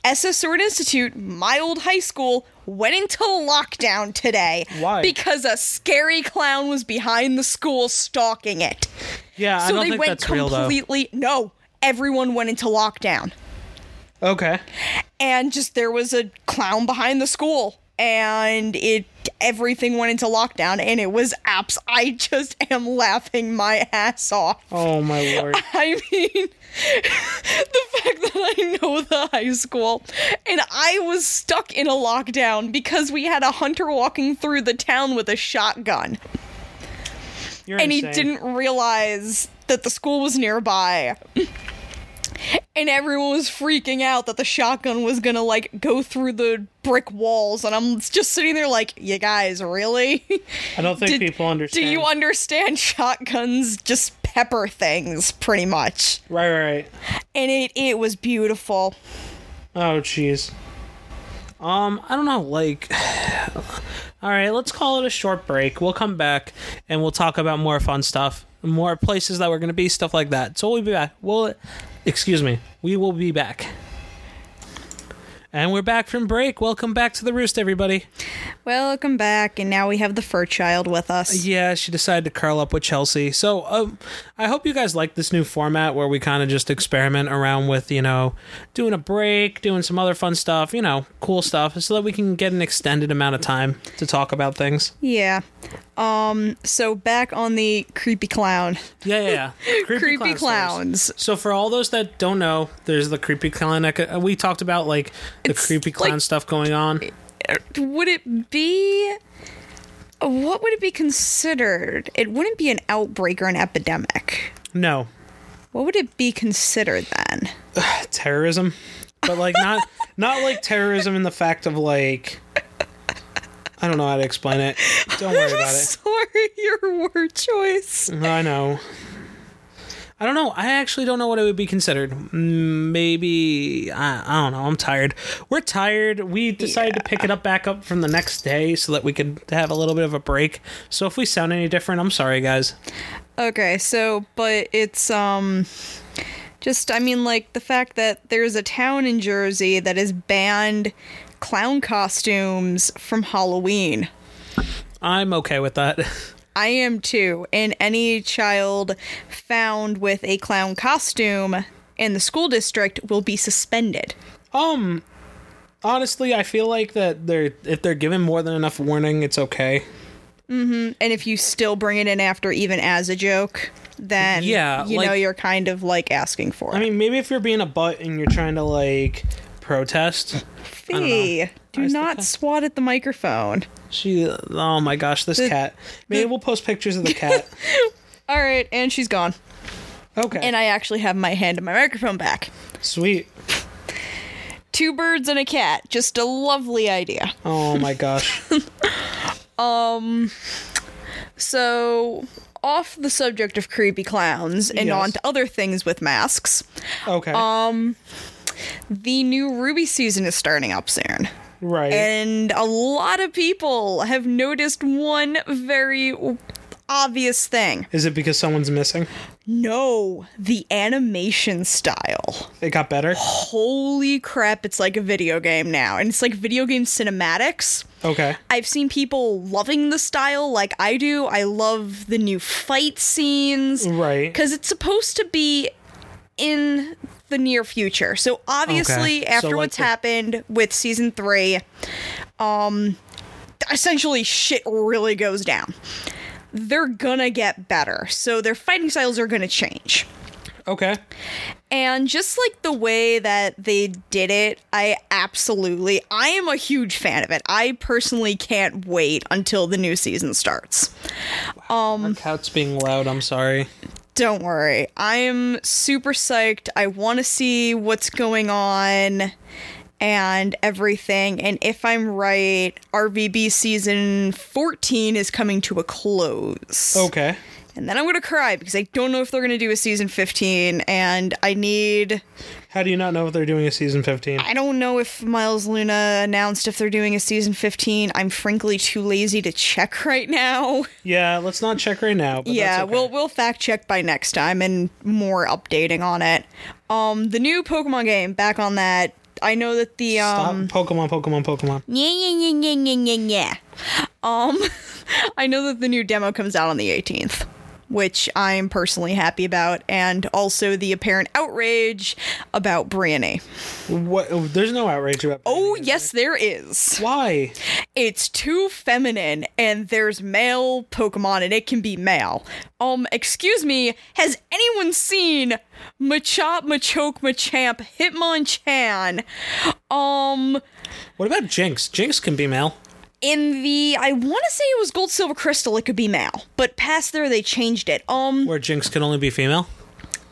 [SPEAKER 3] SS Sword Institute, my old high school, went into lockdown today.
[SPEAKER 2] Why?
[SPEAKER 3] Because a scary clown was behind the school stalking it.
[SPEAKER 2] Yeah, I
[SPEAKER 3] so
[SPEAKER 2] don't
[SPEAKER 3] they
[SPEAKER 2] think
[SPEAKER 3] went
[SPEAKER 2] that's real though.
[SPEAKER 3] completely no. Everyone went into lockdown.
[SPEAKER 2] Okay.
[SPEAKER 3] and just there was a clown behind the school and it everything went into lockdown and it was apps i just am laughing my ass off [laughs]
[SPEAKER 2] Oh my lord.
[SPEAKER 3] i mean [laughs] the fact that i know the high school and i was stuck in a lockdown because we had a hunter walking through the town with a shotgun
[SPEAKER 2] You're
[SPEAKER 3] and
[SPEAKER 2] insane.
[SPEAKER 3] he didn't realize that the school was nearby. and everyone was freaking out that the shotgun was gonna like go through the brick walls, and I'm just sitting there like, you guys, really?
[SPEAKER 2] I don't think
[SPEAKER 3] Did-
[SPEAKER 2] people understand.
[SPEAKER 3] Do you understand shotguns just pepper things pretty much?
[SPEAKER 2] right, right, right.
[SPEAKER 3] And it it was beautiful.
[SPEAKER 2] Oh, jeez. Um, I don't know. Like, [sighs] all right, let's call it a short break. We'll come back and we'll talk about more fun stuff, more places that we're gonna be, stuff like that. So we'll be back. We'll, excuse me, we will be back. And we're back from break. Welcome back to the roost, everybody.
[SPEAKER 3] Welcome back, and now we have the fur child with us.
[SPEAKER 2] Yeah, she decided to curl up with Chelsea. So, um, I hope you guys like this new format where we kind of just experiment around with, you know, doing a break, doing some other fun stuff, you know, cool stuff, so that we can get an extended amount of time to talk about things.
[SPEAKER 3] Yeah. Um. So back on the creepy clown.
[SPEAKER 2] Yeah, yeah, yeah. creepy,
[SPEAKER 3] Creepy
[SPEAKER 2] stories.
[SPEAKER 3] clowns.
[SPEAKER 2] So, for all those that don't know, there's the creepy clown. ec- We talked about like the creepy clown
[SPEAKER 3] like-
[SPEAKER 2] stuff going on.
[SPEAKER 3] would it be what would it be considered it wouldn't be an outbreak or an epidemic
[SPEAKER 2] No,
[SPEAKER 3] what would it be considered then
[SPEAKER 2] terrorism, but like not not like terrorism in the fact of like I don't know how to explain it. Don't worry about it.
[SPEAKER 3] sorry your word choice
[SPEAKER 2] I know. I don't know. I actually don't know what it would be considered. Mm, Maybe I, I don't know. I'm tired. We're tired. We decided to pick it up back up from the next day so that we could have a little bit of a break. So if we sound any different, I'm sorry, guys.
[SPEAKER 3] Okay, so but it's um just I mean like the fact that there's a town in Jersey that has banned clown costumes from Halloween.
[SPEAKER 2] I'm okay with that. [laughs]
[SPEAKER 3] I am too, and any child found with a clown costume in the school district will be suspended.
[SPEAKER 2] Um, honestly, I feel like that they're if they're given more than enough warning, it's okay.
[SPEAKER 3] And if you still bring it in after even as a joke, then
[SPEAKER 2] Yeah,
[SPEAKER 3] you
[SPEAKER 2] like-
[SPEAKER 3] know you're kind of like asking for it.
[SPEAKER 2] I mean, maybe if you're being a butt and you're trying to like protest, don't know.
[SPEAKER 3] Fee, do
[SPEAKER 2] Nice
[SPEAKER 3] not swat at the microphone.
[SPEAKER 2] she. Oh my gosh, this cat. Maybe we'll post pictures of the cat.
[SPEAKER 3] All right, and she's gone.
[SPEAKER 2] Okay.
[SPEAKER 3] And I actually have my hand and my microphone back.
[SPEAKER 2] Sweet.
[SPEAKER 3] Two birds and a cat. Just a lovely idea.
[SPEAKER 2] Oh my
[SPEAKER 3] [laughs]
[SPEAKER 2] gosh.
[SPEAKER 3] So, off the subject of creepy clowns and
[SPEAKER 2] Yes.
[SPEAKER 3] on to other things with masks,
[SPEAKER 2] Okay.
[SPEAKER 3] Um, the new Ruby season is starting up soon.
[SPEAKER 2] right.
[SPEAKER 3] And a lot of people have noticed one very obvious thing.
[SPEAKER 2] Is it because someone's missing?
[SPEAKER 3] No, the animation style.
[SPEAKER 2] It got
[SPEAKER 3] [sighs]
[SPEAKER 2] better.
[SPEAKER 3] Holy crap, it's like a video game now. And it's like video game cinematics.
[SPEAKER 2] Okay.
[SPEAKER 3] I've seen people loving the style like I do. I love the new fight scenes.
[SPEAKER 2] Right.
[SPEAKER 3] Because it's supposed to be in the near future. So obviously,
[SPEAKER 2] Okay. So,
[SPEAKER 3] after
[SPEAKER 2] like,
[SPEAKER 3] what's
[SPEAKER 2] the-
[SPEAKER 3] happened with season three, um, essentially shit really goes down. They're gonna get better. So their fighting styles are gonna change.
[SPEAKER 2] Okay.
[SPEAKER 3] And just like the way that they did it, I absolutely I am a huge fan of it. I personally can't wait until the new season starts. Um,
[SPEAKER 2] Our cat's being loud. I'm sorry.
[SPEAKER 3] Don't worry. I am super psyched. I want to see what's going on and everything. And if I'm right, RVB season 14 is coming to a close.
[SPEAKER 2] Okay.
[SPEAKER 3] And then I'm going to cry because I don't know if they're going to do a season 15 and I need
[SPEAKER 2] How do you not know what they're doing in season 15?
[SPEAKER 3] I don't know if Miles Luna announced if they're doing a season 15. I'm frankly too lazy to check [laughs] right now.
[SPEAKER 2] Yeah, let's not check right now. But
[SPEAKER 3] yeah,
[SPEAKER 2] Oh, that's okay.
[SPEAKER 3] we'll we'll fact check by next time and more updating on it. Um the new Pokemon game, back on that. I know that the
[SPEAKER 2] Stop.
[SPEAKER 3] um
[SPEAKER 2] Pokemon, Pokemon, Pokemon.
[SPEAKER 3] yeah, yeah, yeah, yeah, yeah, yeah, yeah. Um [laughs] I know that the new demo comes out on the 18th, which I'm personally happy about and also the apparent outrage about Brienne.
[SPEAKER 2] What? oh, There's no outrage about.
[SPEAKER 3] Oh, yes there is.
[SPEAKER 2] Why?
[SPEAKER 3] it's too feminine and there's male Pokemon and it can be male. Um, excuse me, has anyone seen Machop, Machoke, Machamp, Hitmonchan? Um,
[SPEAKER 2] What about Jinx? Jinx can be male.
[SPEAKER 3] in the I want to say it was Gold, Silver, Crystal, it could be male, but past there they changed it. Um,
[SPEAKER 2] Where Jinx can only be female.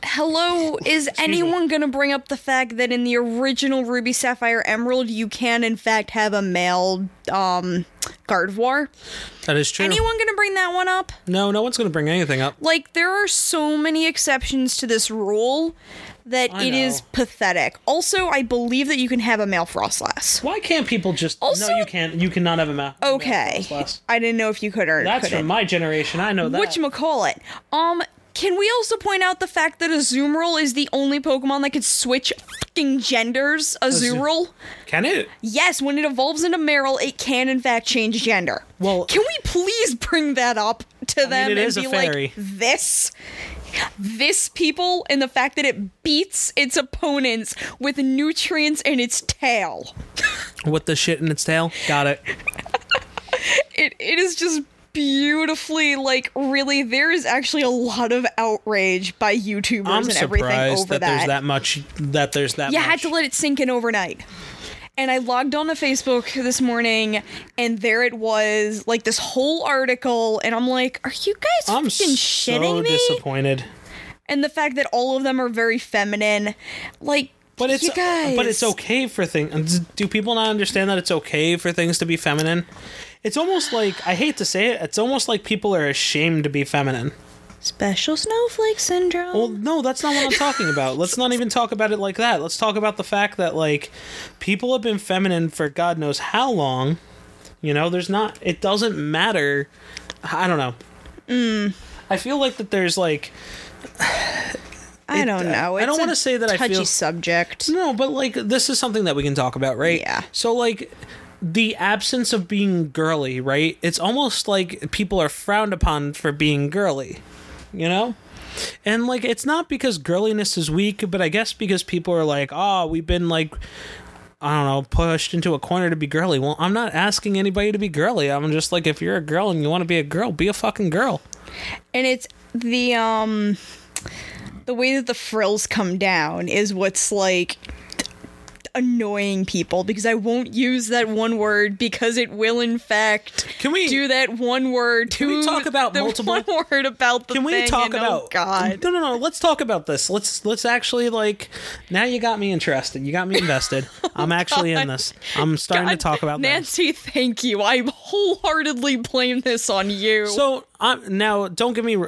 [SPEAKER 3] hello, is anyone gonna bring up the fact that in the original Ruby, Sapphire, Emerald, you can in fact have a male um Gardevoir?
[SPEAKER 2] That is true.
[SPEAKER 3] Anyone gonna bring that one up?
[SPEAKER 2] No, no one's going to bring anything up.
[SPEAKER 3] like there are so many exceptions to this rule that
[SPEAKER 2] I
[SPEAKER 3] it is
[SPEAKER 2] know.
[SPEAKER 3] pathetic. Also, I believe that you can have a male frostlass.
[SPEAKER 2] Why can't people just?
[SPEAKER 3] Also-
[SPEAKER 2] no, you can't. You cannot have a male.
[SPEAKER 3] Okay, I didn't know if you could or
[SPEAKER 2] That's from
[SPEAKER 3] couldn't.
[SPEAKER 2] my generation. I know that.
[SPEAKER 3] What you call it? Um, can we also point out the fact that Azumarill is the only Pokemon that can switch fucking genders? Azumarill,
[SPEAKER 2] can it?
[SPEAKER 3] yes, when it evolves into Meryl, it can in fact change gender.
[SPEAKER 2] Well-
[SPEAKER 3] can we please bring that up to them
[SPEAKER 2] it
[SPEAKER 3] and
[SPEAKER 2] is a
[SPEAKER 3] be
[SPEAKER 2] fairy.
[SPEAKER 3] like this? this people and the fact that it beats its opponents with nutrients in its tail.
[SPEAKER 2] With the shit in its tail. Got it.
[SPEAKER 3] It it is just beautifully like really there is actually a lot of outrage by YouTubers
[SPEAKER 2] I'm
[SPEAKER 3] and everything
[SPEAKER 2] surprised
[SPEAKER 3] over
[SPEAKER 2] that, there's that much. That there's that.
[SPEAKER 3] You
[SPEAKER 2] much.
[SPEAKER 3] had to let it sink in overnight. And I logged on to Facebook this morning, and there it was, like this whole article. And I'm like, "Are you guys
[SPEAKER 2] I'm
[SPEAKER 3] fucking
[SPEAKER 2] so
[SPEAKER 3] shitting me?"
[SPEAKER 2] disappointed.
[SPEAKER 3] and the fact that all of them are very feminine, like,
[SPEAKER 2] But it's
[SPEAKER 3] you guys,
[SPEAKER 2] but it's okay for things. Do people not understand that it's okay for things to be feminine? It's almost like I hate to say it. It's almost like people are ashamed to be feminine.
[SPEAKER 3] Special snowflake syndrome.
[SPEAKER 2] Well, no, that's not what I'm talking about. Let's not even talk about it like that. Let's talk about the fact that like people have been feminine for God knows how long. You know, there's not. It doesn't matter. I don't know. I feel like that there's like
[SPEAKER 3] I don't know.
[SPEAKER 2] uh, I
[SPEAKER 3] It's
[SPEAKER 2] don't
[SPEAKER 3] a
[SPEAKER 2] wanna say that I
[SPEAKER 3] touchy
[SPEAKER 2] feel-
[SPEAKER 3] subject.
[SPEAKER 2] no, but like this is something that we can talk about, right?
[SPEAKER 3] Yeah.
[SPEAKER 2] So like the absence of being girly, right? It's almost like people are frowned upon for being girly, you know? And like it's not because girliness is weak, but I guess because people are like, "Oh, we've been like I don't know, pushed into a corner to be girly." Well, I'm not asking anybody to be girly. I'm just like if you're a girl and you want to be a girl, be a fucking girl.
[SPEAKER 3] And it's the um the way that the frills come down is what's like annoying people because I won't use that one word because it will in fact
[SPEAKER 2] Can we-
[SPEAKER 3] do that one word
[SPEAKER 2] Can we
[SPEAKER 3] to
[SPEAKER 2] talk about
[SPEAKER 3] the
[SPEAKER 2] multiple-
[SPEAKER 3] one word about the
[SPEAKER 2] Can we
[SPEAKER 3] thing
[SPEAKER 2] talk
[SPEAKER 3] and,
[SPEAKER 2] about
[SPEAKER 3] oh god
[SPEAKER 2] No, no, no. Let's talk about this. Let's let's actually like now you got me interested. You got me
[SPEAKER 3] [laughs]
[SPEAKER 2] invested. I'm actually in
[SPEAKER 3] Oh, God.
[SPEAKER 2] this. I'm starting to
[SPEAKER 3] God,
[SPEAKER 2] talk about this.
[SPEAKER 3] Nancy thank you I wholeheartedly blame this on you
[SPEAKER 2] So I'm now don't give me [sighs] All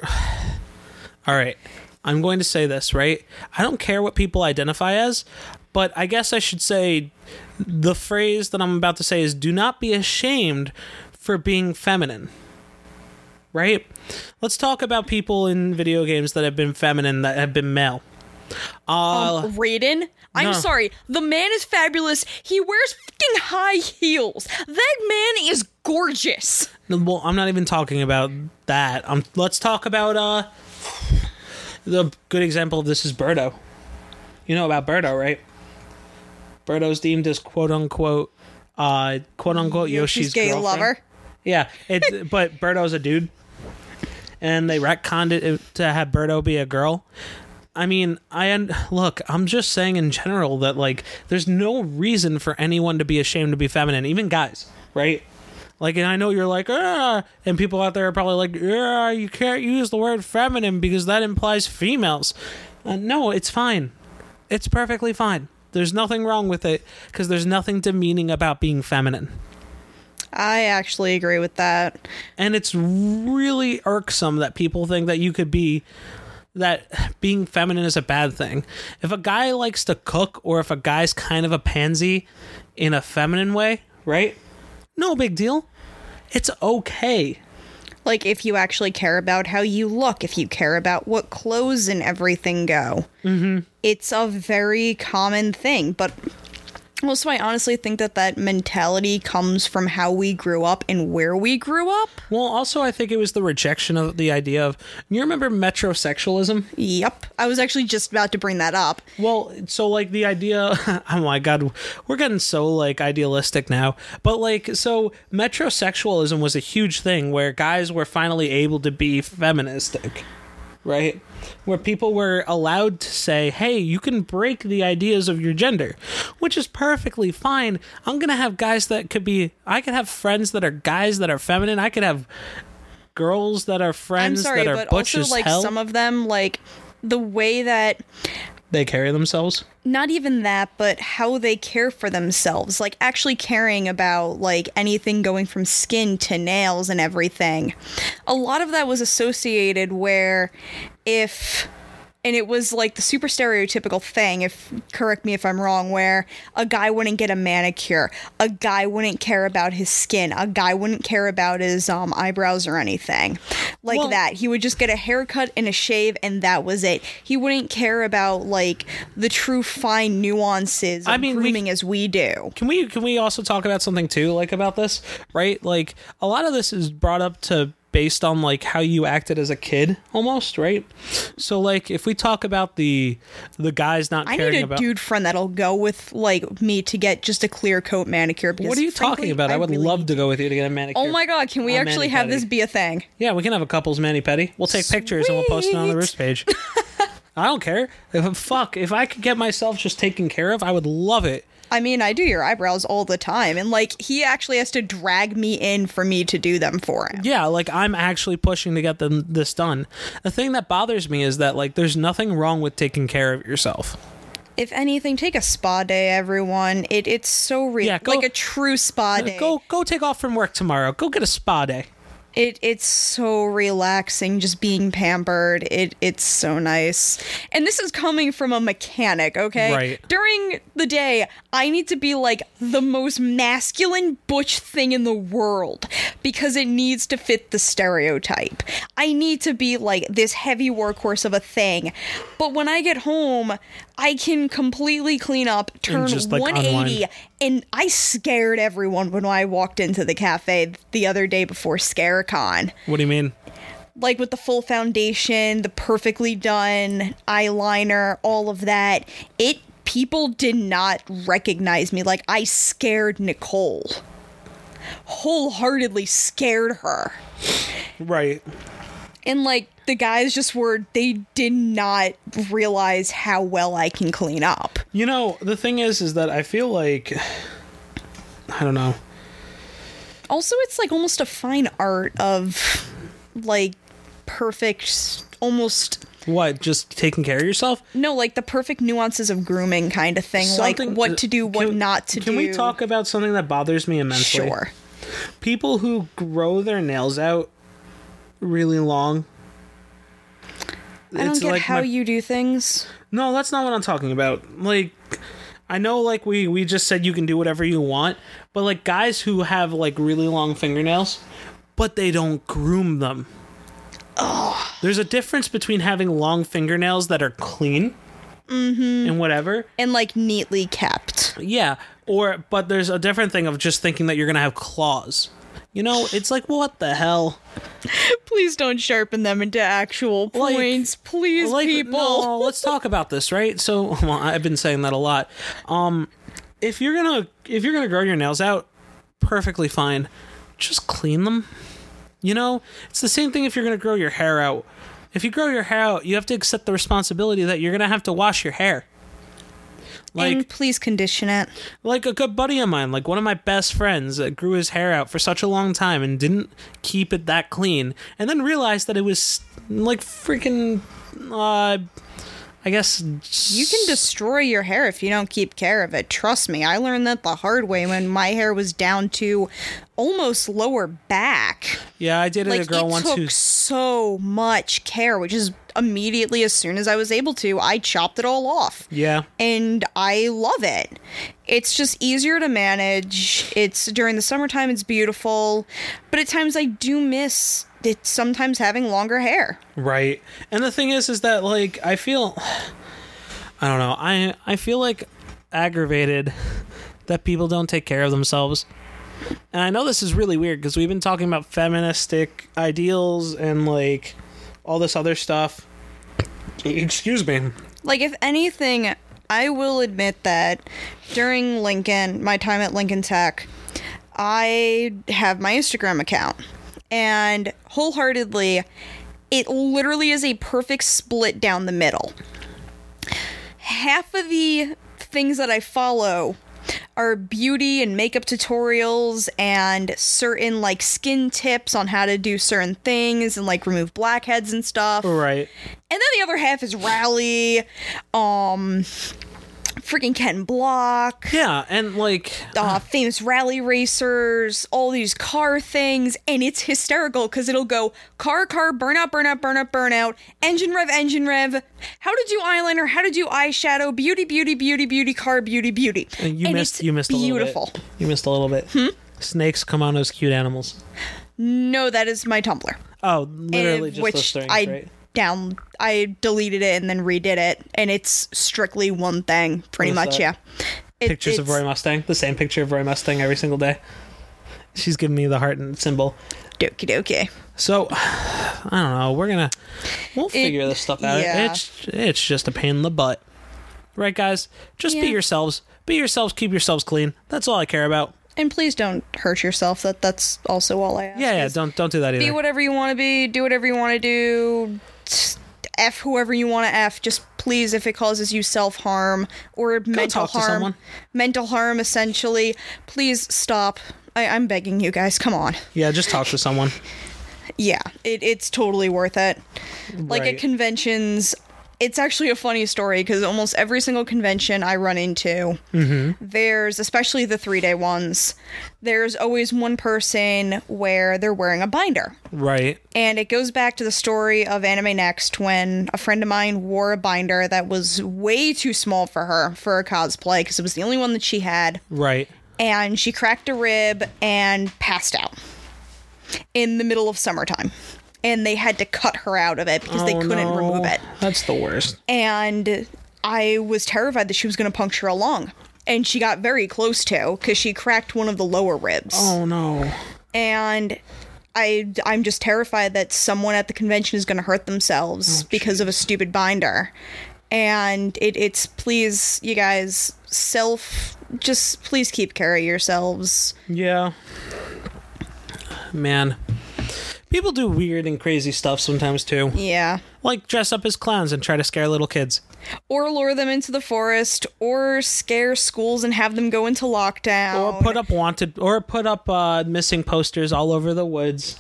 [SPEAKER 2] right. I'm going to say this, right? I don't care what people identify as, but I guess I should say the phrase that I'm about to say is do not be ashamed for being feminine. Right? Let's talk about people in video games that have been feminine that have been male. Uh,
[SPEAKER 3] Um, Raiden, I'm
[SPEAKER 2] No.
[SPEAKER 3] sorry. The man is fabulous. He wears fucking high heels. That man is gorgeous.
[SPEAKER 2] No, Well, I'm not even talking about that. Um, let's talk about uh, the good example of this is Birdo. You know about Birdo, right? Birdo's deemed as quote unquote, uh, quote unquote Yoshi's,
[SPEAKER 3] She's gay
[SPEAKER 2] girlfriend.
[SPEAKER 3] lover.
[SPEAKER 2] Yeah, it, but Birdo's a dude, and they retconned it to have Birdo be a girl. I mean, I un- look. I'm just saying in general that like, there's no reason for anyone to be ashamed to be feminine, even guys, right? Like, and I know you're like, ah, and people out there are probably like, ah, you can't use the word feminine because that implies females. Uh, no, it's fine. It's perfectly fine. There's nothing wrong with it because there's nothing demeaning about being feminine
[SPEAKER 3] I actually agree with that.
[SPEAKER 2] and it's really irksome that people think that you could be that being feminine is a bad thing. If a guy likes to cook or if a guy's kind of a pansy in a feminine way, right? No big deal. It's okay.
[SPEAKER 3] Like if you actually care about how you look, if you care about what clothes and everything go. Mm-hmm. It's a very common thing, but also I honestly think that that mentality comes from how we grew up and where we grew up.
[SPEAKER 2] Well, also I think it was the rejection of the idea of you remember metrosexualism?
[SPEAKER 3] Yep. I was actually just about to bring that up.
[SPEAKER 2] Well, so like the idea, [laughs] oh my god, we're getting so like idealistic now. But like, so metrosexualism was a huge thing where guys were finally able to be feministic, right? Where people were allowed to say, hey, you can break the ideas of your gender, which is perfectly fine. I'm gonna have guys that could be, I could have friends that are guys that are feminine, I could have girls that are
[SPEAKER 3] I'm
[SPEAKER 2] friends
[SPEAKER 3] sorry,
[SPEAKER 2] that are
[SPEAKER 3] but
[SPEAKER 2] butch
[SPEAKER 3] also
[SPEAKER 2] as
[SPEAKER 3] like
[SPEAKER 2] hell.
[SPEAKER 3] some of them, like the way that
[SPEAKER 2] they carry themselves.
[SPEAKER 3] not even that, but how they care for themselves, like actually caring about like anything going from skin to nails and everything. A lot of that was associated where if and it was like the super stereotypical thing if correct me if i'm wrong where a guy wouldn't get a manicure a guy wouldn't care about his skin a guy wouldn't care about his um, eyebrows or anything like
[SPEAKER 2] Well-
[SPEAKER 3] that he would just get a haircut and a shave and that was it he wouldn't care about like the true fine nuances of
[SPEAKER 2] I mean, we-
[SPEAKER 3] grooming as we do
[SPEAKER 2] can we can we also talk about something too like about this right like a lot of this is brought up to based on like how you acted as a kid almost right so like if we talk about the the guys not
[SPEAKER 3] I
[SPEAKER 2] caring
[SPEAKER 3] need a
[SPEAKER 2] about
[SPEAKER 3] dude friend that'll go with like me to get just a clear coat manicure. Because
[SPEAKER 2] what are you
[SPEAKER 3] frankly,
[SPEAKER 2] talking about i would
[SPEAKER 3] really
[SPEAKER 2] love
[SPEAKER 3] need-
[SPEAKER 2] to go with you to get a manicure
[SPEAKER 3] Oh my god! Can we
[SPEAKER 2] or
[SPEAKER 3] actually have
[SPEAKER 2] mani-pedi.
[SPEAKER 3] this be a thing?
[SPEAKER 2] yeah we can have a couple's mani petty we'll take pictures and we'll post it on the
[SPEAKER 3] Sweet.
[SPEAKER 2] roost page i don't care if, fuck if i could get myself just taken care of i would love it
[SPEAKER 3] I mean, I do your eyebrows all the time, and like he actually has to drag me in for me to do them for him.
[SPEAKER 2] Yeah, like I'm actually pushing to get them this done. The thing that bothers me is that like there's nothing wrong with taking care of yourself.
[SPEAKER 3] If anything, take a spa day, everyone. It it's so real,
[SPEAKER 2] Yeah, go-
[SPEAKER 3] like a true spa day.
[SPEAKER 2] Go go take off from work tomorrow. Go get a spa day.
[SPEAKER 3] It it's so relaxing just being pampered. It it's so nice. And this is coming from a mechanic, okay?
[SPEAKER 2] Right.
[SPEAKER 3] During the day, I need to be like the most masculine butch thing in the world because it needs to fit the stereotype. I need to be like this heavy workhorse of a thing. But when I get home, I can completely clean up, turn
[SPEAKER 2] just, like,
[SPEAKER 3] 180
[SPEAKER 2] unwind.
[SPEAKER 3] and I scared everyone when I walked into the cafe the other day before ScareCon.
[SPEAKER 2] What do you mean?
[SPEAKER 3] Like with the full foundation, the perfectly done eyeliner, all of that. It people did not recognize me. Like I scared Nicole. Wholeheartedly scared her.
[SPEAKER 2] Right.
[SPEAKER 3] And like the guys just were they did not realize how well I can clean up.
[SPEAKER 2] You know, the thing is, is that I feel like I don't know.
[SPEAKER 3] Also, it's like almost a fine art of like perfect, almost
[SPEAKER 2] What? Just taking care of yourself?
[SPEAKER 3] no, like the perfect nuances of grooming kind of thing,
[SPEAKER 2] Something- uh,
[SPEAKER 3] like what to do, what
[SPEAKER 2] can-
[SPEAKER 3] not to
[SPEAKER 2] Can
[SPEAKER 3] do.
[SPEAKER 2] we talk about something that bothers me immensely?
[SPEAKER 3] Sure.
[SPEAKER 2] People who grow their nails out really long.
[SPEAKER 3] I don't
[SPEAKER 2] It's
[SPEAKER 3] get
[SPEAKER 2] like
[SPEAKER 3] how
[SPEAKER 2] my-
[SPEAKER 3] you do things.
[SPEAKER 2] No, that's not what I'm talking about. Like I know like we we just said you can do whatever you want, but like guys who have like really long fingernails, but they don't groom them. There's a difference between having long fingernails that are clean and whatever.
[SPEAKER 3] And like neatly kept.
[SPEAKER 2] Yeah, or but there's a different thing of just thinking that you're going to have claws. You know, it's like what the hell?
[SPEAKER 3] Please don't sharpen them into actual
[SPEAKER 2] Like-
[SPEAKER 3] points. Please,
[SPEAKER 2] like,
[SPEAKER 3] people.
[SPEAKER 2] No, let's talk about this, right? So, [laughs] well, I've been saying that a lot. Um, if you're gonna if you're gonna grow your nails out, perfectly fine. Just clean them. You know, it's the same thing if you're gonna grow your hair out. If you grow your hair out, you have to accept the responsibility that you're gonna have to wash your hair. Like,
[SPEAKER 3] and please condition it.
[SPEAKER 2] like a good buddy of mine, like one of my best friends, uh, grew his hair out for such a long time and didn't keep it that clean, and then realized that it was like freaking, uh, I guess
[SPEAKER 3] You can destroy your hair if you don't keep care of it. Trust me, I learned that the hard way when my hair was down to almost lower back.
[SPEAKER 2] yeah, I dated
[SPEAKER 3] Like
[SPEAKER 2] a girl
[SPEAKER 3] it
[SPEAKER 2] once
[SPEAKER 3] took
[SPEAKER 2] who
[SPEAKER 3] so much care, which is immediately as soon as I was able to, I chopped it all off.
[SPEAKER 2] yeah,
[SPEAKER 3] And I love it. It's just easier to manage. It's during the summertime, it's beautiful. But at times I do miss it sometimes having longer hair.
[SPEAKER 2] right. And the thing is, is that like I feel, [sighs] I don't know, I I feel like aggravated that people don't take care of themselves. And I know this is really weird because we've been talking about feministic ideals and like all this other stuff. Excuse me.
[SPEAKER 3] Like, if anything, I will admit that during Lincoln, my time at Lincoln Tech, I have my Instagram account. And wholeheartedly, it literally is a perfect split down the middle. Half of the things that I follow are beauty and makeup tutorials and certain like skin tips on how to do certain things and like remove blackheads and stuff.
[SPEAKER 2] Right.
[SPEAKER 3] And then the other half is Rally, um, freaking Ken Block,
[SPEAKER 2] Yeah, and like
[SPEAKER 3] uh, famous rally racers, all these car things. And it's hysterical because it'll go car, car, burnout, burnout, burnout, burnout, engine rev, engine rev, how to do eyeliner, how to do eyeshadow, beauty, beauty, beauty, beauty, car, beauty, beauty.
[SPEAKER 2] Uh, you
[SPEAKER 3] And
[SPEAKER 2] missed
[SPEAKER 3] it's
[SPEAKER 2] you missed a
[SPEAKER 3] beautiful. Hmm?
[SPEAKER 2] little bit. You missed a little bit. Snakes, kimonos, cute animals.
[SPEAKER 3] No, that is my Tumblr.
[SPEAKER 2] Oh, literally
[SPEAKER 3] and
[SPEAKER 2] just
[SPEAKER 3] Eh, which
[SPEAKER 2] those things,
[SPEAKER 3] I
[SPEAKER 2] right?
[SPEAKER 3] down I deleted it and then redid it, and it's strictly one thing, pretty
[SPEAKER 2] What is
[SPEAKER 3] much.
[SPEAKER 2] that?
[SPEAKER 3] Yeah, It-
[SPEAKER 2] Pictures of
[SPEAKER 3] it's-
[SPEAKER 2] Roy Mustang. The same picture of Roy Mustang every single day. She's giving me the heart and symbol.
[SPEAKER 3] Doki doki.
[SPEAKER 2] So [sighs] I don't know. We're gonna we'll figure this stuff out.
[SPEAKER 3] yeah.
[SPEAKER 2] It's it's just a pain in the butt, right, guys? Just be
[SPEAKER 3] Yeah.
[SPEAKER 2] yourselves. Be yourselves. Keep yourselves clean. That's all I care about.
[SPEAKER 3] And please don't hurt yourself. That that's also all I ask.
[SPEAKER 2] Yeah, yeah.
[SPEAKER 3] is
[SPEAKER 2] Don't don't do that
[SPEAKER 3] Be
[SPEAKER 2] either.
[SPEAKER 3] whatever you want to be. Do whatever you want to do. Just F whoever you want to f. Just please, if it causes you self harm or mental
[SPEAKER 2] talk to
[SPEAKER 3] harm,
[SPEAKER 2] someone.
[SPEAKER 3] mental harm essentially, please stop. I, I'm begging you guys. Come on.
[SPEAKER 2] yeah, just talk to someone.
[SPEAKER 3] Yeah, it, it's totally worth it. Like
[SPEAKER 2] Right.
[SPEAKER 3] at conventions, it's actually a funny story because almost every single convention I run into, there's especially the three day ones, there's always one person where they're wearing a binder.
[SPEAKER 2] Right.
[SPEAKER 3] And it goes back to the story of Anime Next when a friend of mine wore a binder that was way too small for her for a cosplay because it was the only one that she had.
[SPEAKER 2] Right.
[SPEAKER 3] And she cracked a rib and passed out in the middle of summertime. And they had to cut her out of it because they
[SPEAKER 2] Oh,
[SPEAKER 3] couldn't
[SPEAKER 2] no.
[SPEAKER 3] remove it
[SPEAKER 2] That's the worst.
[SPEAKER 3] and I was terrified that she was going to puncture a lung. And she got very close to because she cracked one of the lower ribs.
[SPEAKER 2] Oh no.
[SPEAKER 3] And I, I'm just terrified that someone at the convention is going to hurt
[SPEAKER 2] Oh,
[SPEAKER 3] themselves because of a stupid binder. And it, it's please, you guys, self, just please keep care of yourselves.
[SPEAKER 2] Yeah. Man. People do weird and crazy stuff sometimes too.
[SPEAKER 3] Yeah.
[SPEAKER 2] Like dress up as clowns and try to scare little kids.
[SPEAKER 3] Or lure them into the forest, or scare schools and have them go into lockdown.
[SPEAKER 2] Or put up wanted or put up uh, missing posters all over the woods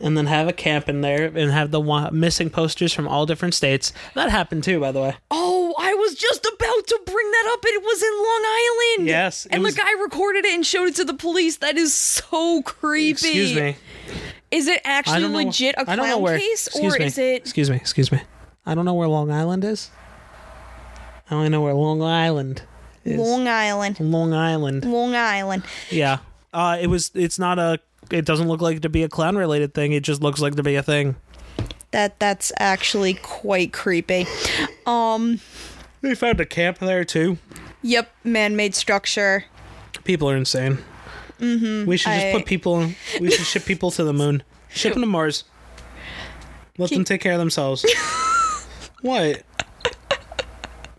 [SPEAKER 2] and then have a camp in there and have the wa- missing posters from all different states. That happened too, by the way.
[SPEAKER 3] Oh, I was just about to bring that up, and it was in Long Island.
[SPEAKER 2] Yes, it
[SPEAKER 3] and
[SPEAKER 2] was-
[SPEAKER 3] the guy recorded it and showed it to the police. That is so creepy.
[SPEAKER 2] Excuse me.
[SPEAKER 3] Is it
[SPEAKER 2] I
[SPEAKER 3] actually
[SPEAKER 2] don't know.
[SPEAKER 3] legit a
[SPEAKER 2] I don't know
[SPEAKER 3] clown
[SPEAKER 2] where-
[SPEAKER 3] case,
[SPEAKER 2] excuse
[SPEAKER 3] or
[SPEAKER 2] me.
[SPEAKER 3] is it?
[SPEAKER 2] Excuse me. Excuse me. I don't know where Long Island is. I only know where Long Island is.
[SPEAKER 3] Long Island?
[SPEAKER 2] Long Island.
[SPEAKER 3] Long Island.
[SPEAKER 2] Yeah. Uh, it was. It's not a. It doesn't look like to be a clown related thing. It just looks like to be a thing.
[SPEAKER 3] That that's actually quite creepy. Um,
[SPEAKER 2] They found a camp there too.
[SPEAKER 3] Yep, man-made structure.
[SPEAKER 2] People are insane. Mm-hmm, we should just
[SPEAKER 3] I-
[SPEAKER 2] put people. We should ship people to the moon. Ship them to Mars. Let them take care of
[SPEAKER 3] [laughs]
[SPEAKER 2] themselves. what?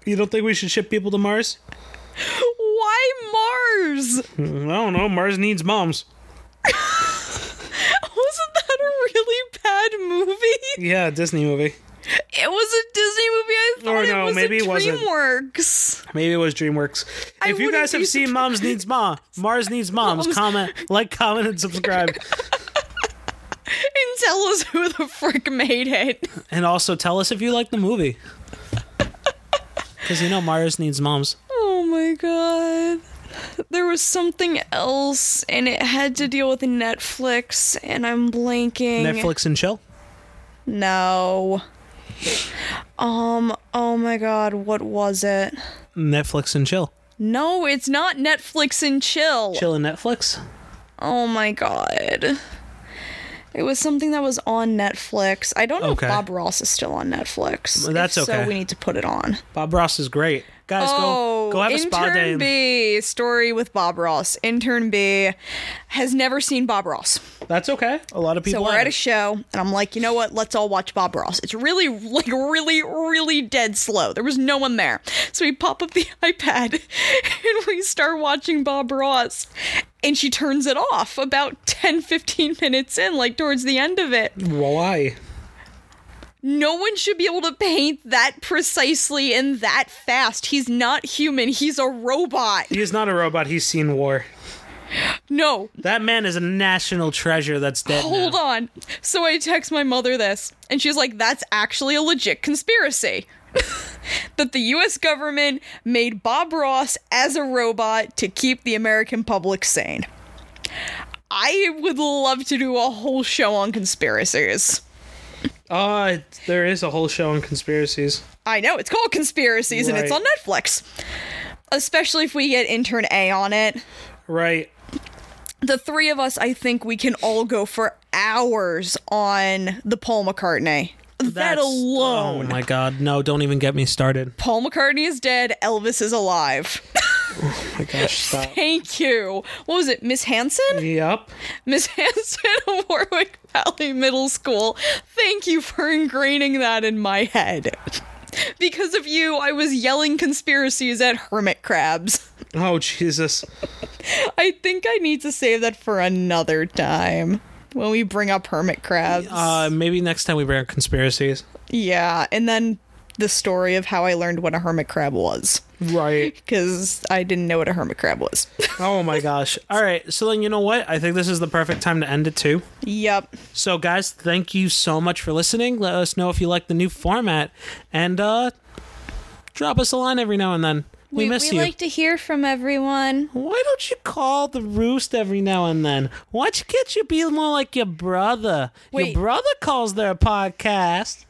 [SPEAKER 2] You don't think we should ship people to Mars?
[SPEAKER 3] Why Mars? [laughs]
[SPEAKER 2] I don't know. Mars needs moms.
[SPEAKER 3] Wasn't that a really bad movie?
[SPEAKER 2] Yeah, Disney movie.
[SPEAKER 3] It was a Disney movie. I thought
[SPEAKER 2] Or
[SPEAKER 3] it
[SPEAKER 2] Oh, no,
[SPEAKER 3] was
[SPEAKER 2] maybe
[SPEAKER 3] a
[SPEAKER 2] it wasn't.
[SPEAKER 3] DreamWorks.
[SPEAKER 2] Maybe it was DreamWorks.
[SPEAKER 3] I
[SPEAKER 2] if you
[SPEAKER 3] wouldn't
[SPEAKER 2] guys
[SPEAKER 3] be
[SPEAKER 2] have seen Moms Needs Ma, Mars Needs Moms,
[SPEAKER 3] [laughs] Moms.
[SPEAKER 2] comment, like, comment, and subscribe.
[SPEAKER 3] and tell us who the frick made it.
[SPEAKER 2] And also tell us if you like the movie. Because you know Mars needs moms.
[SPEAKER 3] Oh my god. There was something else, and it had to deal with Netflix, and I'm blanking.
[SPEAKER 2] Netflix and chill.
[SPEAKER 3] No. Um, oh my god, what was it?
[SPEAKER 2] Netflix and chill.
[SPEAKER 3] No, it's not Netflix and chill.
[SPEAKER 2] Chill and Netflix.
[SPEAKER 3] Oh my god. It was something that was on Netflix. I don't know
[SPEAKER 2] Okay.
[SPEAKER 3] if Bob Ross is still on Netflix.
[SPEAKER 2] Well, that's
[SPEAKER 3] If
[SPEAKER 2] okay.
[SPEAKER 3] So we need to put it on.
[SPEAKER 2] Bob Ross is great. Guys,
[SPEAKER 3] Oh,
[SPEAKER 2] go go have a
[SPEAKER 3] intern
[SPEAKER 2] spa day. and-
[SPEAKER 3] B story with Bob Ross. Intern B has never seen Bob Ross,
[SPEAKER 2] That's okay. A lot of people.
[SPEAKER 3] so we're at a
[SPEAKER 2] haven't.
[SPEAKER 3] show, and I'm like, you know what? Let's all watch Bob Ross. It's really, [laughs] like, really, really dead slow. There was no one there, so we pop up the [laughs] iPad and we start watching Bob Ross, and she turns it off about 10, 15 minutes in, like towards the end of it.
[SPEAKER 2] Why?
[SPEAKER 3] No one should be able to paint that precisely and that fast. He's not human. He's a robot.
[SPEAKER 2] He is not a robot. He's seen war.
[SPEAKER 3] No,
[SPEAKER 2] That man is a national treasure that's dead.
[SPEAKER 3] hold
[SPEAKER 2] now.
[SPEAKER 3] on. So I text my mother this, and she's like, that's actually a legit conspiracy. [laughs] that the US government made Bob Ross as a robot to keep the American public sane. I would love to do a whole show on conspiracies.
[SPEAKER 2] Uh, it's- there is a whole show on conspiracies.
[SPEAKER 3] I know, it's called Conspiracies and it's
[SPEAKER 2] Right.
[SPEAKER 3] on Netflix. Especially if we get intern A on it.
[SPEAKER 2] Right.
[SPEAKER 3] the three of us, I think we can all go for hours on the Paul McCartney. that
[SPEAKER 2] That's-
[SPEAKER 3] alone.
[SPEAKER 2] Oh my god. No, don't even get me started.
[SPEAKER 3] Paul McCartney is dead. Elvis is alive.
[SPEAKER 2] Oh my gosh, [laughs] stop.
[SPEAKER 3] Thank you. What was it, Miss Hanson?
[SPEAKER 2] yep.
[SPEAKER 3] Miss [laughs] Hanson of Warwick Valley Middle School. Thank you for ingraining that in my head. Because of you, I was yelling conspiracies at hermit crabs.
[SPEAKER 2] Oh Jesus.
[SPEAKER 3] I think I need to save that for another time when we bring up hermit crabs.
[SPEAKER 2] Uh, maybe next time we bring up conspiracies.
[SPEAKER 3] Yeah, and then the story of how I learned what a hermit crab was
[SPEAKER 2] Right.
[SPEAKER 3] because I didn't know what a hermit crab was. [laughs]
[SPEAKER 2] Oh my gosh. All right. So then you know what? I think this is the perfect time to end it too.
[SPEAKER 3] yep.
[SPEAKER 2] So guys, thank you so much for listening. Let us know if you like the new format and uh drop us a line every now and then. We, miss you.
[SPEAKER 3] like to hear from everyone.
[SPEAKER 2] Why don't you call the roost every now and then? Why don't you- can't you be more like your brother?
[SPEAKER 3] Wait.
[SPEAKER 2] Your brother calls their podcast.